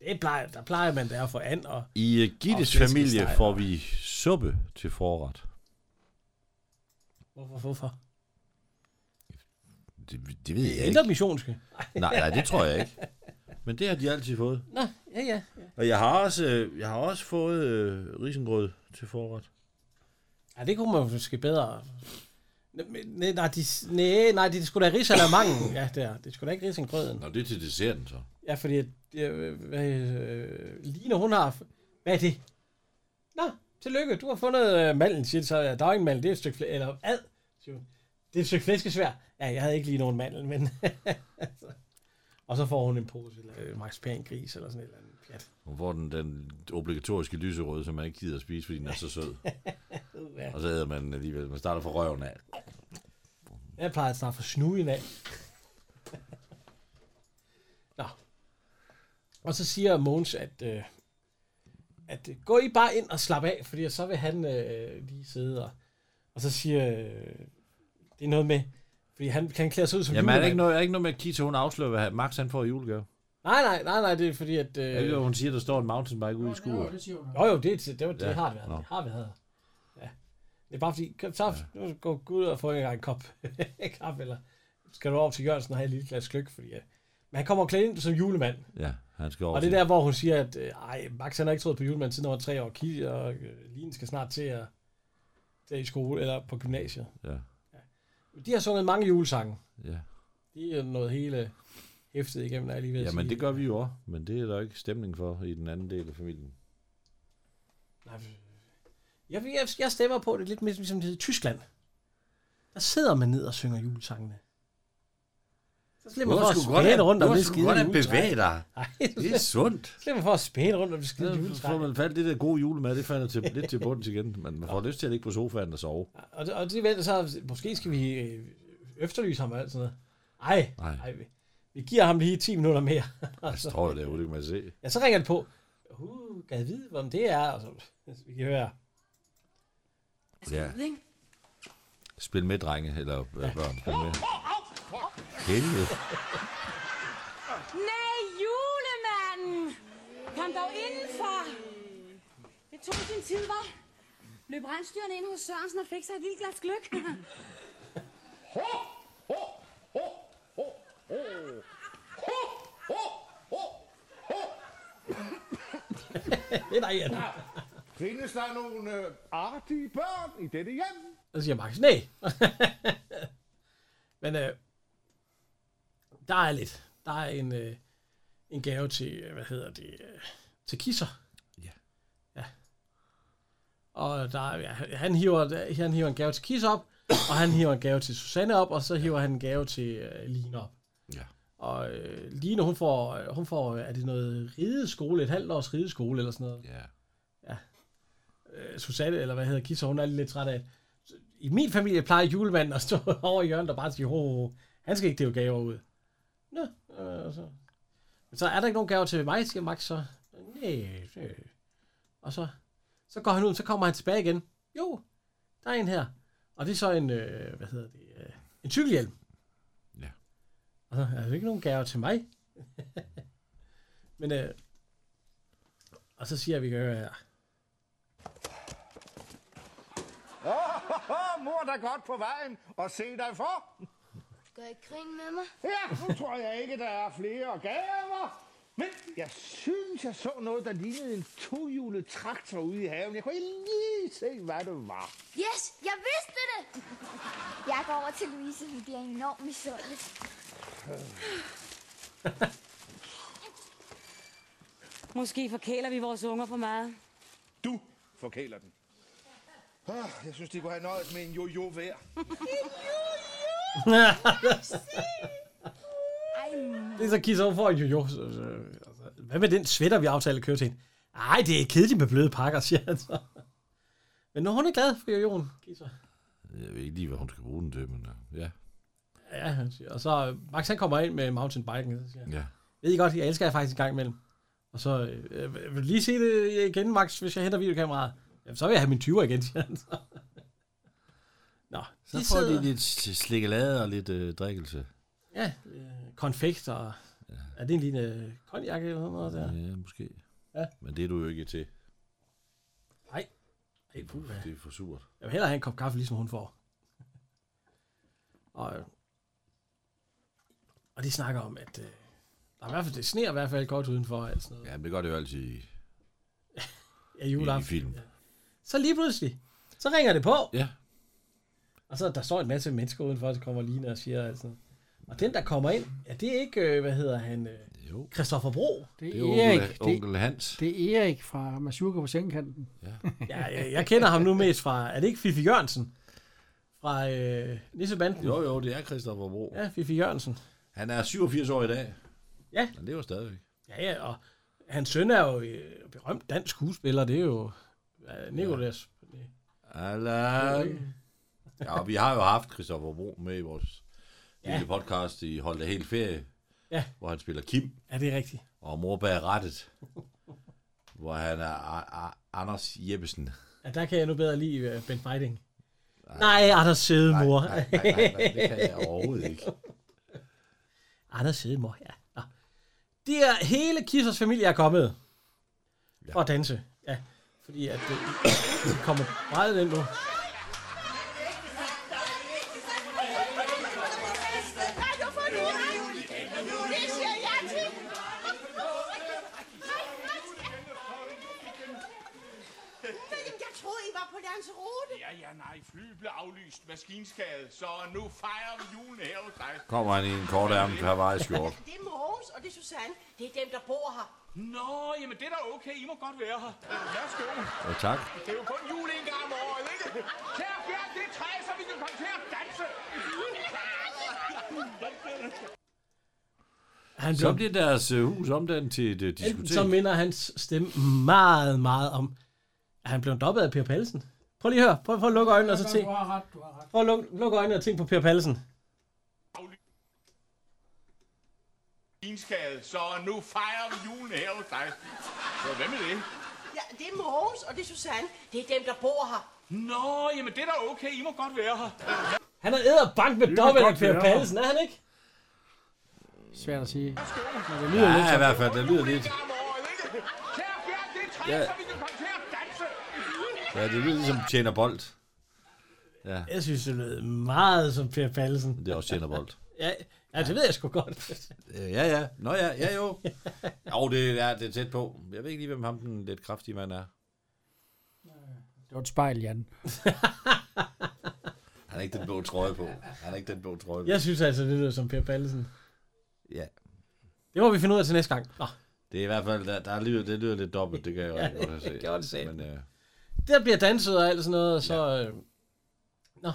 B: Det plejer, der plejer man der for and og...
C: I uh, Gittes
B: Og
C: familie
B: flæskesteg.
C: får vi suppe til forret.
B: Hvorfor, hvorfor?
C: Det, det ved jeg ikke.
B: Ændre missionske.
C: Nej, nej, det tror jeg ikke. Men det har de altid fået.
B: Nå, ja, ja.
C: Og jeg har også, øh, jeg har også fået øh, risengrød til forret.
B: Ja, det kunne man måske bedre... Nej, nej, de, nej, nej, det skulle da risalamangen. Ja, der. Det skulle da ikke risengrøden.
C: Nå, det er til desserten så.
B: Ja, fordi... at- Det, øh, hvad, øh, Line, hun har... Hvad er det? Nå, tillykke. Du har fundet øh, manden, siger de så. Ja, der er ikke en mandel, det er et stykke flæ- Eller ad, siger hun. Det er et stykke flæskesvær. Ja, jeg havde ikke lige nogen mandel, men... altså. Og så får hun en pose, eller øh, Max Pan gris, eller sådan et eller andet. Pjat.
C: Hun får den, den obligatoriske lyserøde, som man ikke gider at spise, fordi den er så sød.
B: Ja.
C: Og så æder man den alligevel. Man starter fra røven af.
B: Jeg plejer at starte for snuden af. Nå. Og så siger Måns, at, øh, at øh, gå I bare ind og slap af, fordi så vil han øh, lige sidde og... Og så siger... Øh, det er noget med... Fordi han kan klæde sig ud som
C: Jamen, er
B: julemand.
C: der ikke noget, er der ikke noget med, at Kita, hun afslører, hvad Max han får i julegave?
B: Nej, nej, nej, nej, det er fordi, at...
C: Øh. Er det, ikke,
B: Øh,
C: hvor hun siger, der står en mountainbike ude i skuret?
B: jo, jo, det, det, det, var- det
C: Ja,
B: ja. har det været.
C: nå.
B: Det har vi været. Ja. Det er bare fordi, kom, så ja. gå ud og få en gang kop kaffe, eller skal du over til Jørgensen og have et lille glas gløk, fordi... Øh, men han kommer klædt ind som julemand.
C: Ja, han skal over
B: Og det er
C: til-
B: der, hvor hun siger, at øh, ej, Max han har ikke troet på julemanden siden han var tre år, Ki og øh, Line skal snart til at til i skole eller på gymnasiet.
C: Ja.
B: De har sunget mange julesange.
C: Ja.
B: De er noget hele hæftet igennem, er jeg lige ved at
C: Jamen,
B: sige.
C: det gør vi jo også, men det er der ikke stemning for i den anden del af familien.
B: Nej, Jeg, jeg, jeg stemmer på det er lidt mere ligesom det hedder i Tyskland. Der sidder man ned og synger julesangene. Så slipper
C: Du
B: man for
C: har
B: at
C: sgu godt
B: spæne
C: at-
B: rundt
C: du
B: om
C: har
B: det
C: sgu
B: skide
C: godt at
B: juletræ.
C: bevæge dig.
B: Nej,
C: Det er sundt.
B: Slipper for at spæne rundt om det skide
C: Så
B: juletræ.
C: får man fat i det der gode julemad, det falder til, lidt til bunds igen. Men man får lyst til at ligge på sofaen og sove.
B: Og, det- og de venter så, måske skal vi øh, efterlyse ham og alt sådan noget. Ej,
C: Nej.
B: nej. Ej, vi, vi giver ham lige 10 minutter mere. Og
C: Jeg
B: så,
C: Altså, tror jo, det er jo, det kan man se.
B: ja, så ringer det på. Uh, kan jeg vide, hvordan det er? Og så, vi kan høre.
C: Ja. Spil med, drenge, eller ja. børn. Spil med. Helvede.
E: Nej, julemanden! Kom dog indenfor! Det tog sin tid, var. Løb regnstyrene ind hos Sørensen og fik sig et lille glas gløk.
B: Det er dig, Jan.
M: Findes der nogle øh, artige børn i dette hjem?
B: Og så siger Max, nej. Men øh, der er lidt. Der er en, øh, en gave til, øh, hvad hedder det, øh, til kisser.
C: Ja.
B: Ja. Og der, er- ja, han, hiver, han hiver en gave til Kisser op, og han hiver en gave til Susanne op, og så hiver han en gave til øh, Line op.
C: Ja.
B: Og øh, Line, hun får, hun får, øh, er det noget rideskole, et halvt års rideskole eller sådan noget?
C: Ja.
B: Ja. øh, Susanne, eller hvad hedder Kisser, hun er lidt træt af. I min familie plejer julemanden at stå over i hjørnet og bare sige, ho, ho, ho. han skal ikke dele gaver ud. Nå, øh, så. Men så er der ikke nogen gaver til mig, siger Max så. Nej, det. Og så, så går han ud, så kommer han tilbage igen. Jo, der er en her. Og det er så en, øh, hvad hedder det, øh, en cykelhjelm.
C: Ja.
B: Og så er der ikke nogen gaver til mig. Men, øh, og så siger vi, øh,
I: Oh, mor der godt på vejen, og se dig for.
H: Gør I grin med mig?
I: Ja, nu tror jeg ikke, der er flere gaver. Men
G: Jeg synes, jeg så noget, der lignede en tohjulet traktor ude i haven. Jeg kunne ikke lige se, hvad det var.
H: Yes, jeg vidste det! Jeg går over til Louise, hun bliver enormt misundelig.
E: Måske forkæler vi vores unger for meget.
I: du forkæler den. Ah, Jeg synes, de kunne have nøjet med en jojo hver.
H: Ej,
B: det er så Kisser, hun får en jojo. Så- så- altså, Hvad med den sweater, vi aftalte at købe til hende? Ej, det er kedeligt med bløde pakker, siger han så. Men når hun er glad for jojoen, Kisser.
C: Jeg ved ikke lige, hvad hun skal bruge den til, men øh, ja.
B: Ja, han siger. Og så øh, Max han kommer ind med mountainbiken. Så siger han,
C: Ja.
B: Ved I godt, jeg elsker jer faktisk en gang imellem. Og så, øh, jeg vil lige se det igen, Max, hvis jeg henter videokameraet. Jamen, så vil jeg have min 20'er igen, siger han så. Nå,
C: Så får de lidt s- slikkelade og lidt øh, drikkelse.
B: Ja, øh, konfekt og... Er det en lille øh, konjak eller sådan noget der?
C: Ja, måske.
B: Ja.
C: Men det er du jo ikke til.
B: Nej. Ej, puha.
C: Det er for surt.
B: Jeg vil hellere have en kop kaffe, ligesom hun får. Og, øh, og de snakker om, at øh, der er i hvert fald, det sneer i hvert fald godt udenfor. Alt sådan noget.
C: Ja, men det gør det jo altid i,
B: Ja,
C: i, i
B: juleaften.
C: film.
B: Så lige pludselig, så ringer det på.
C: Ja.
B: Og så der står en masse mennesker udenfor, så kommer Lina og siger altså. Og den, der kommer ind, ja, det er ikke, øh, hvad hedder han, øh,
C: jo.
B: Christoffer Bro.
A: Det
C: Det
A: er
C: er onkel-
A: Erik.
C: onkel
A: det,
C: Hans.
A: Det er Erik fra Masurka på sengekanten.
B: Ja, jeg, jeg kender ham nu mest fra, er det ikke Fifi Jørgensen? Fra øh, Nissebanden?
C: Jo, jo, det er Christoffer Bro.
B: Ja, Fifi Jørgensen.
C: Han er 87 år i dag.
B: Ja.
C: Han lever stadigvæk.
B: Ja, ja, og hans søn er jo øh, berømt dansk skuespiller, det er jo øh, Nicolas.
C: Allan. Ja, og vi har jo haft Christoffer Bro med i vores
B: Ja.
C: ja. lille podcast i Hold da helt ferie,
B: Ja.
C: hvor han spiller Kim
B: Ja, det er rigtigt.
C: og mor bag rettet, hvor han er A- A- Anders Jeppesen.
B: Ja, der kan jeg nu bedre lide øh, Bent Meiding. Nej, Anders søde mor.
C: Nej, nej, nej, nej, det kan jeg overhovedet ikke.
B: Anders søde mor, ja. Nå. Det er hele Kissers familie er kommet. Ja. For at danse. Ja, fordi at det, det kommer meget ind nu.
K: Det siger jeg til. Men jeg troede, I var på Lanzarote.
I: Ja, ja, nej. Flyet blev aflyst. Maskinskade. Så nu fejrer vi julen her hos dig.
C: Kommer han i en kort ærm Hawaii-skjort.
K: Det er Mogens, og det er Susanne. Det er dem, der bor her.
I: Nå, jamen det er da okay. I må godt være her. Værsgo.
C: Ja, tak.
I: Det er jo kun jul en gang om året, ikke? Kære Bjørn, det er træ, så vi kan komme til at danse.
B: Han
C: Så bliver deres øh, hus omdannet til et øh,
B: Enten så
C: diskotek.
B: minder hans stemme meget, meget om, at han blev dobbet af Per Pallesen. Prøv lige at høre. Prøv, prøv at lukke øjnene og så tænk.
A: Du har ret, du har ret.
B: Prøv at lukke, lukke øjnene og tænk på Per Pallesen.
I: Maskinskade. Så nu fejrer vi julen her hos dig. Så hvad med det?
K: Ja, det er Mogens, og det er Susanne. Det er dem, der bor her.
I: Nå, jamen det er da okay. I må godt være her.
B: Han er æderbank med
I: kan
B: dobbelt af
I: godt
B: Per
I: være.
B: Pallesen, er han ikke?
A: Svært at sige. Men det lyder lidt
C: Ja, i
A: som-
C: hvert fald, det lyder lidt.
I: Kære Bjørn, det er træ,
C: Ja.
I: så vi kan komme til at danse.
C: Ja, det lyder ligesom Tjener Bold. Ja,
B: Jeg synes, det lød meget som Per Pallesen.
C: det er også Tjener Bold.
B: Ja, ja, det ved jeg sgu godt.
C: Øh, Ja, ja. Nå ja, ja jo. Jo, det er, det er tæt på. Jeg ved ikke lige, hvem ham den lidt kraftige mand er.
A: Det var et spejl, Jan.
C: Han har ikke den blå trøje på. Han har ikke den blå trøje på.
B: Jeg synes altså, det lyder som Per Pallesen.
C: Ja.
B: Det må vi finde ud af til næste gang. Nå,
C: Det er i hvert fald, der, der lyder, det lyder lidt dobbelt, det kan jeg
B: Ja,
C: ja, godt have set.
B: det gjorde det satme.
C: Men, øh,
B: der bliver danset og alt sådan noget, og så... Ja. Øh, nå,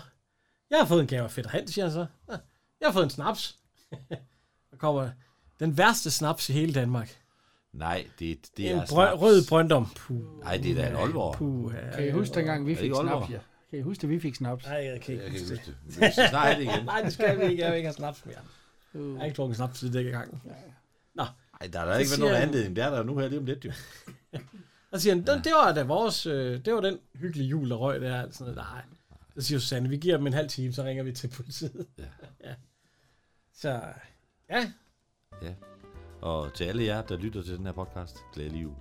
B: jeg har fået en gave af Fætter Hans, siger han så. Nå, Jeg har fået en snaps. Der kommer den værste snaps i hele Danmark.
C: Nej, det, det
B: En
C: er
B: brø- rød brøndom.
C: Nej, det er da en Aalborg.
B: Puh,
A: Kan I huske dengang, vi
C: Er det
A: fik
C: ikke Aalborg?
A: snaps? Ja. Kan I huske, at vi fik snaps?
B: Nej, jeg kan ikke
C: Jeg kan
B: huske
C: ikke
B: det.
C: huske det. Vi skal snakke om det igen.
B: Nej, det skal vi ikke. Jeg vil ikke have snaps mere.
A: Uh.
B: Jeg har ikke drukket snaps siden dække gangen. Nå.
C: Ej, der er da ikke været nogen anledning. Det er der jo nu her lige om lidt, jo.
B: Og siger han, "Den- det var da vores, øh, det var den hyggelige jul, der røg der. Sådan noget. Nej. Så siger Susanne, vi giver dem en halv time, så ringer vi til politiet. Ja. ja. Så, ja.
C: Ja. Og til alle jer, der lytter til den her podcast, glædelig jul.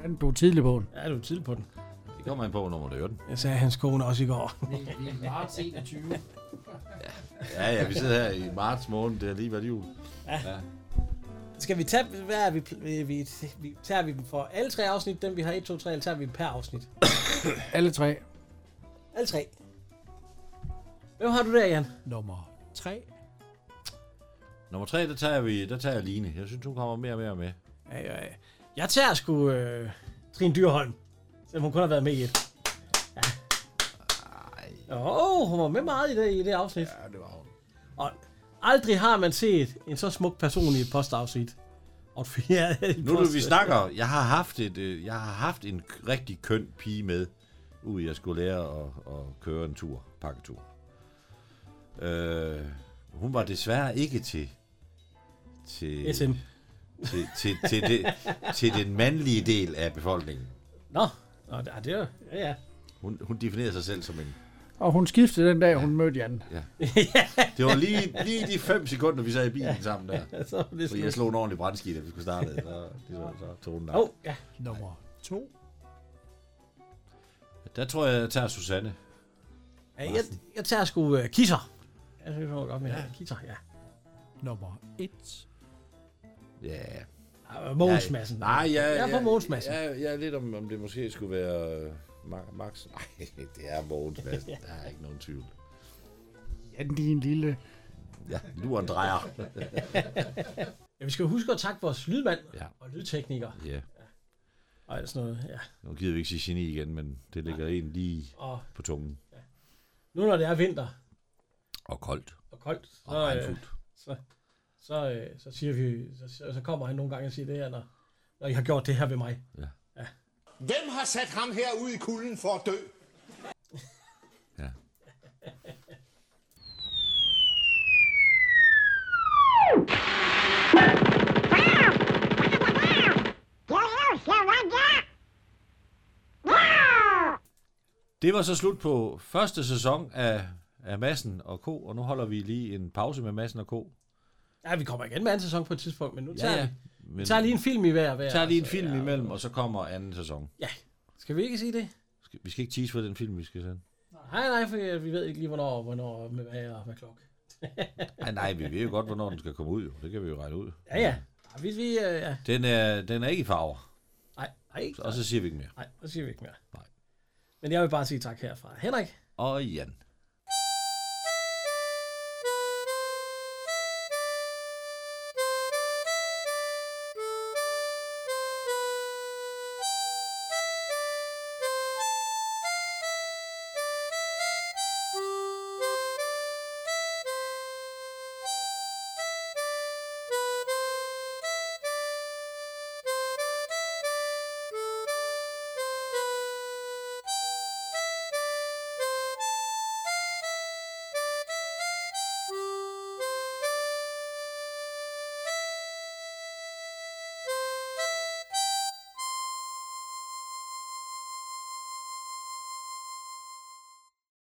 A: Fanden på tidlig på den.
B: Ja, du er tidlig på den.
C: Det kommer an på, hvornår man hører den.
B: Jeg sagde hans kone også i går.
A: Vi er marts 21.
C: Ja, ja, vi sidder her i marts måned. Det har lige været jul.
B: Ja. Skal vi tage, hvad er vi, vi, vi, vi, tager vi dem for alle tre afsnit, dem vi har 1, 2, 3, eller tager vi dem per afsnit?
A: Alle tre.
B: Alle tre. Hvem har du der, Jan?
A: Nummer 3.
C: Nummer tre, der tager, vi, der tager jeg Line. Jeg synes, hun kommer mere og mere med.
B: Ja, ja, ja. Jeg tager sgu øh, Trine Dyrholm, selvom hun kun har været med i et. Ja. Åh, oh, hun var med meget i det, i det afsnit. Ja, det var hun. Og aldrig har man set en så smuk person i et postafsnit. Og et fjerde i et
C: Nu når
B: post-
C: vi snakker, jeg har haft, et, øh, jeg har haft en k- rigtig køn pige med, ud jeg skulle lære at, at køre en tur, pakketur. Øh, hun var desværre ikke til... til
B: SM.
C: Til, til, til, det, til den mandlige del af befolkningen.
B: Nå, Nå det, ah, det er jo... Ja, ja.
C: Hun, hun definerer sig selv som en...
A: Og hun skiftede den dag, hun mødte Jan.
C: Ja. Det var lige, lige de fem sekunder, vi sad i bilen sammen der.
B: Ja, så var det
C: Fordi jeg
B: slut.
C: slog en ordentlig brændski, da vi skulle starte. Så, det var, så tog den af.
B: Åh, oh, ja.
A: Nummer 2.
C: Der tror jeg, jeg tager Susanne.
B: ja jeg, jeg tager sgu øh, kisser. Jeg synes, hun var godt med ja. kisser, ja.
A: Nummer 1.
C: Ja.
B: Ah, Mogens Madsen.
C: Nej, jeg,
B: Jeg er for Mogens Madsen.
C: Jeg, jeg, jeg er lidt om, om det måske skulle være øh, Ma- Max. Nej, det er Mogens Madsen. Der er ikke nogen tvivl.
A: Jan, din lille...
C: Ja, luren drejer.
B: ja, vi skal jo huske at takke vores lydmand
C: Ja.
B: og lydtekniker.
C: ja.
B: Og alt sådan noget, ja.
C: Nu gider vi ikke sige geni igen, men det ligger en lige
B: Og-
C: på tungen.
B: Nu når det er vinter,
C: Og koldt.
B: og koldt, så,
C: Og regnfuldt.
B: øh, så, så, øh, så, siger vi, så, så- så kommer han nogle gange og siger det her, når, når I har gjort det her ved mig.
M: Hvem har sat ham her ud i kulden for at dø?
C: Det var så slut på første sæson af, af Massen og K, og nu holder vi lige en pause med Massen og K.
B: Ja, vi kommer igen med anden sæson på et tidspunkt, men nu
C: Ja,
B: tager ja,
C: ja.
B: ja. vi, vi
C: Men-
B: tager lige en film i hver. hver
C: Vi tager lige en
B: altså,
C: film
B: ja.
C: imellem, og så kommer anden sæson.
B: Ja, skal vi ikke sige det?
C: Skal- Vi skal ikke tease for den film, vi skal sende.
B: Nej, nej, for øh, vi ved ikke lige, hvornår, hvornår med hvad og hvad klokke.
C: Nej, nej, vi ved jo godt, hvornår den skal komme ud. Jo. Det kan vi jo regne ud.
B: Ja, ja. ja vi, vi, øh, ja.
C: Den er, den er ikke i farver,
B: Nej, nej.
C: og så siger vi ikke mere.
B: Nej, så siger vi ikke mere. Nej. Men jeg vil bare sige tak herfra. Henrik,
C: Og Jan.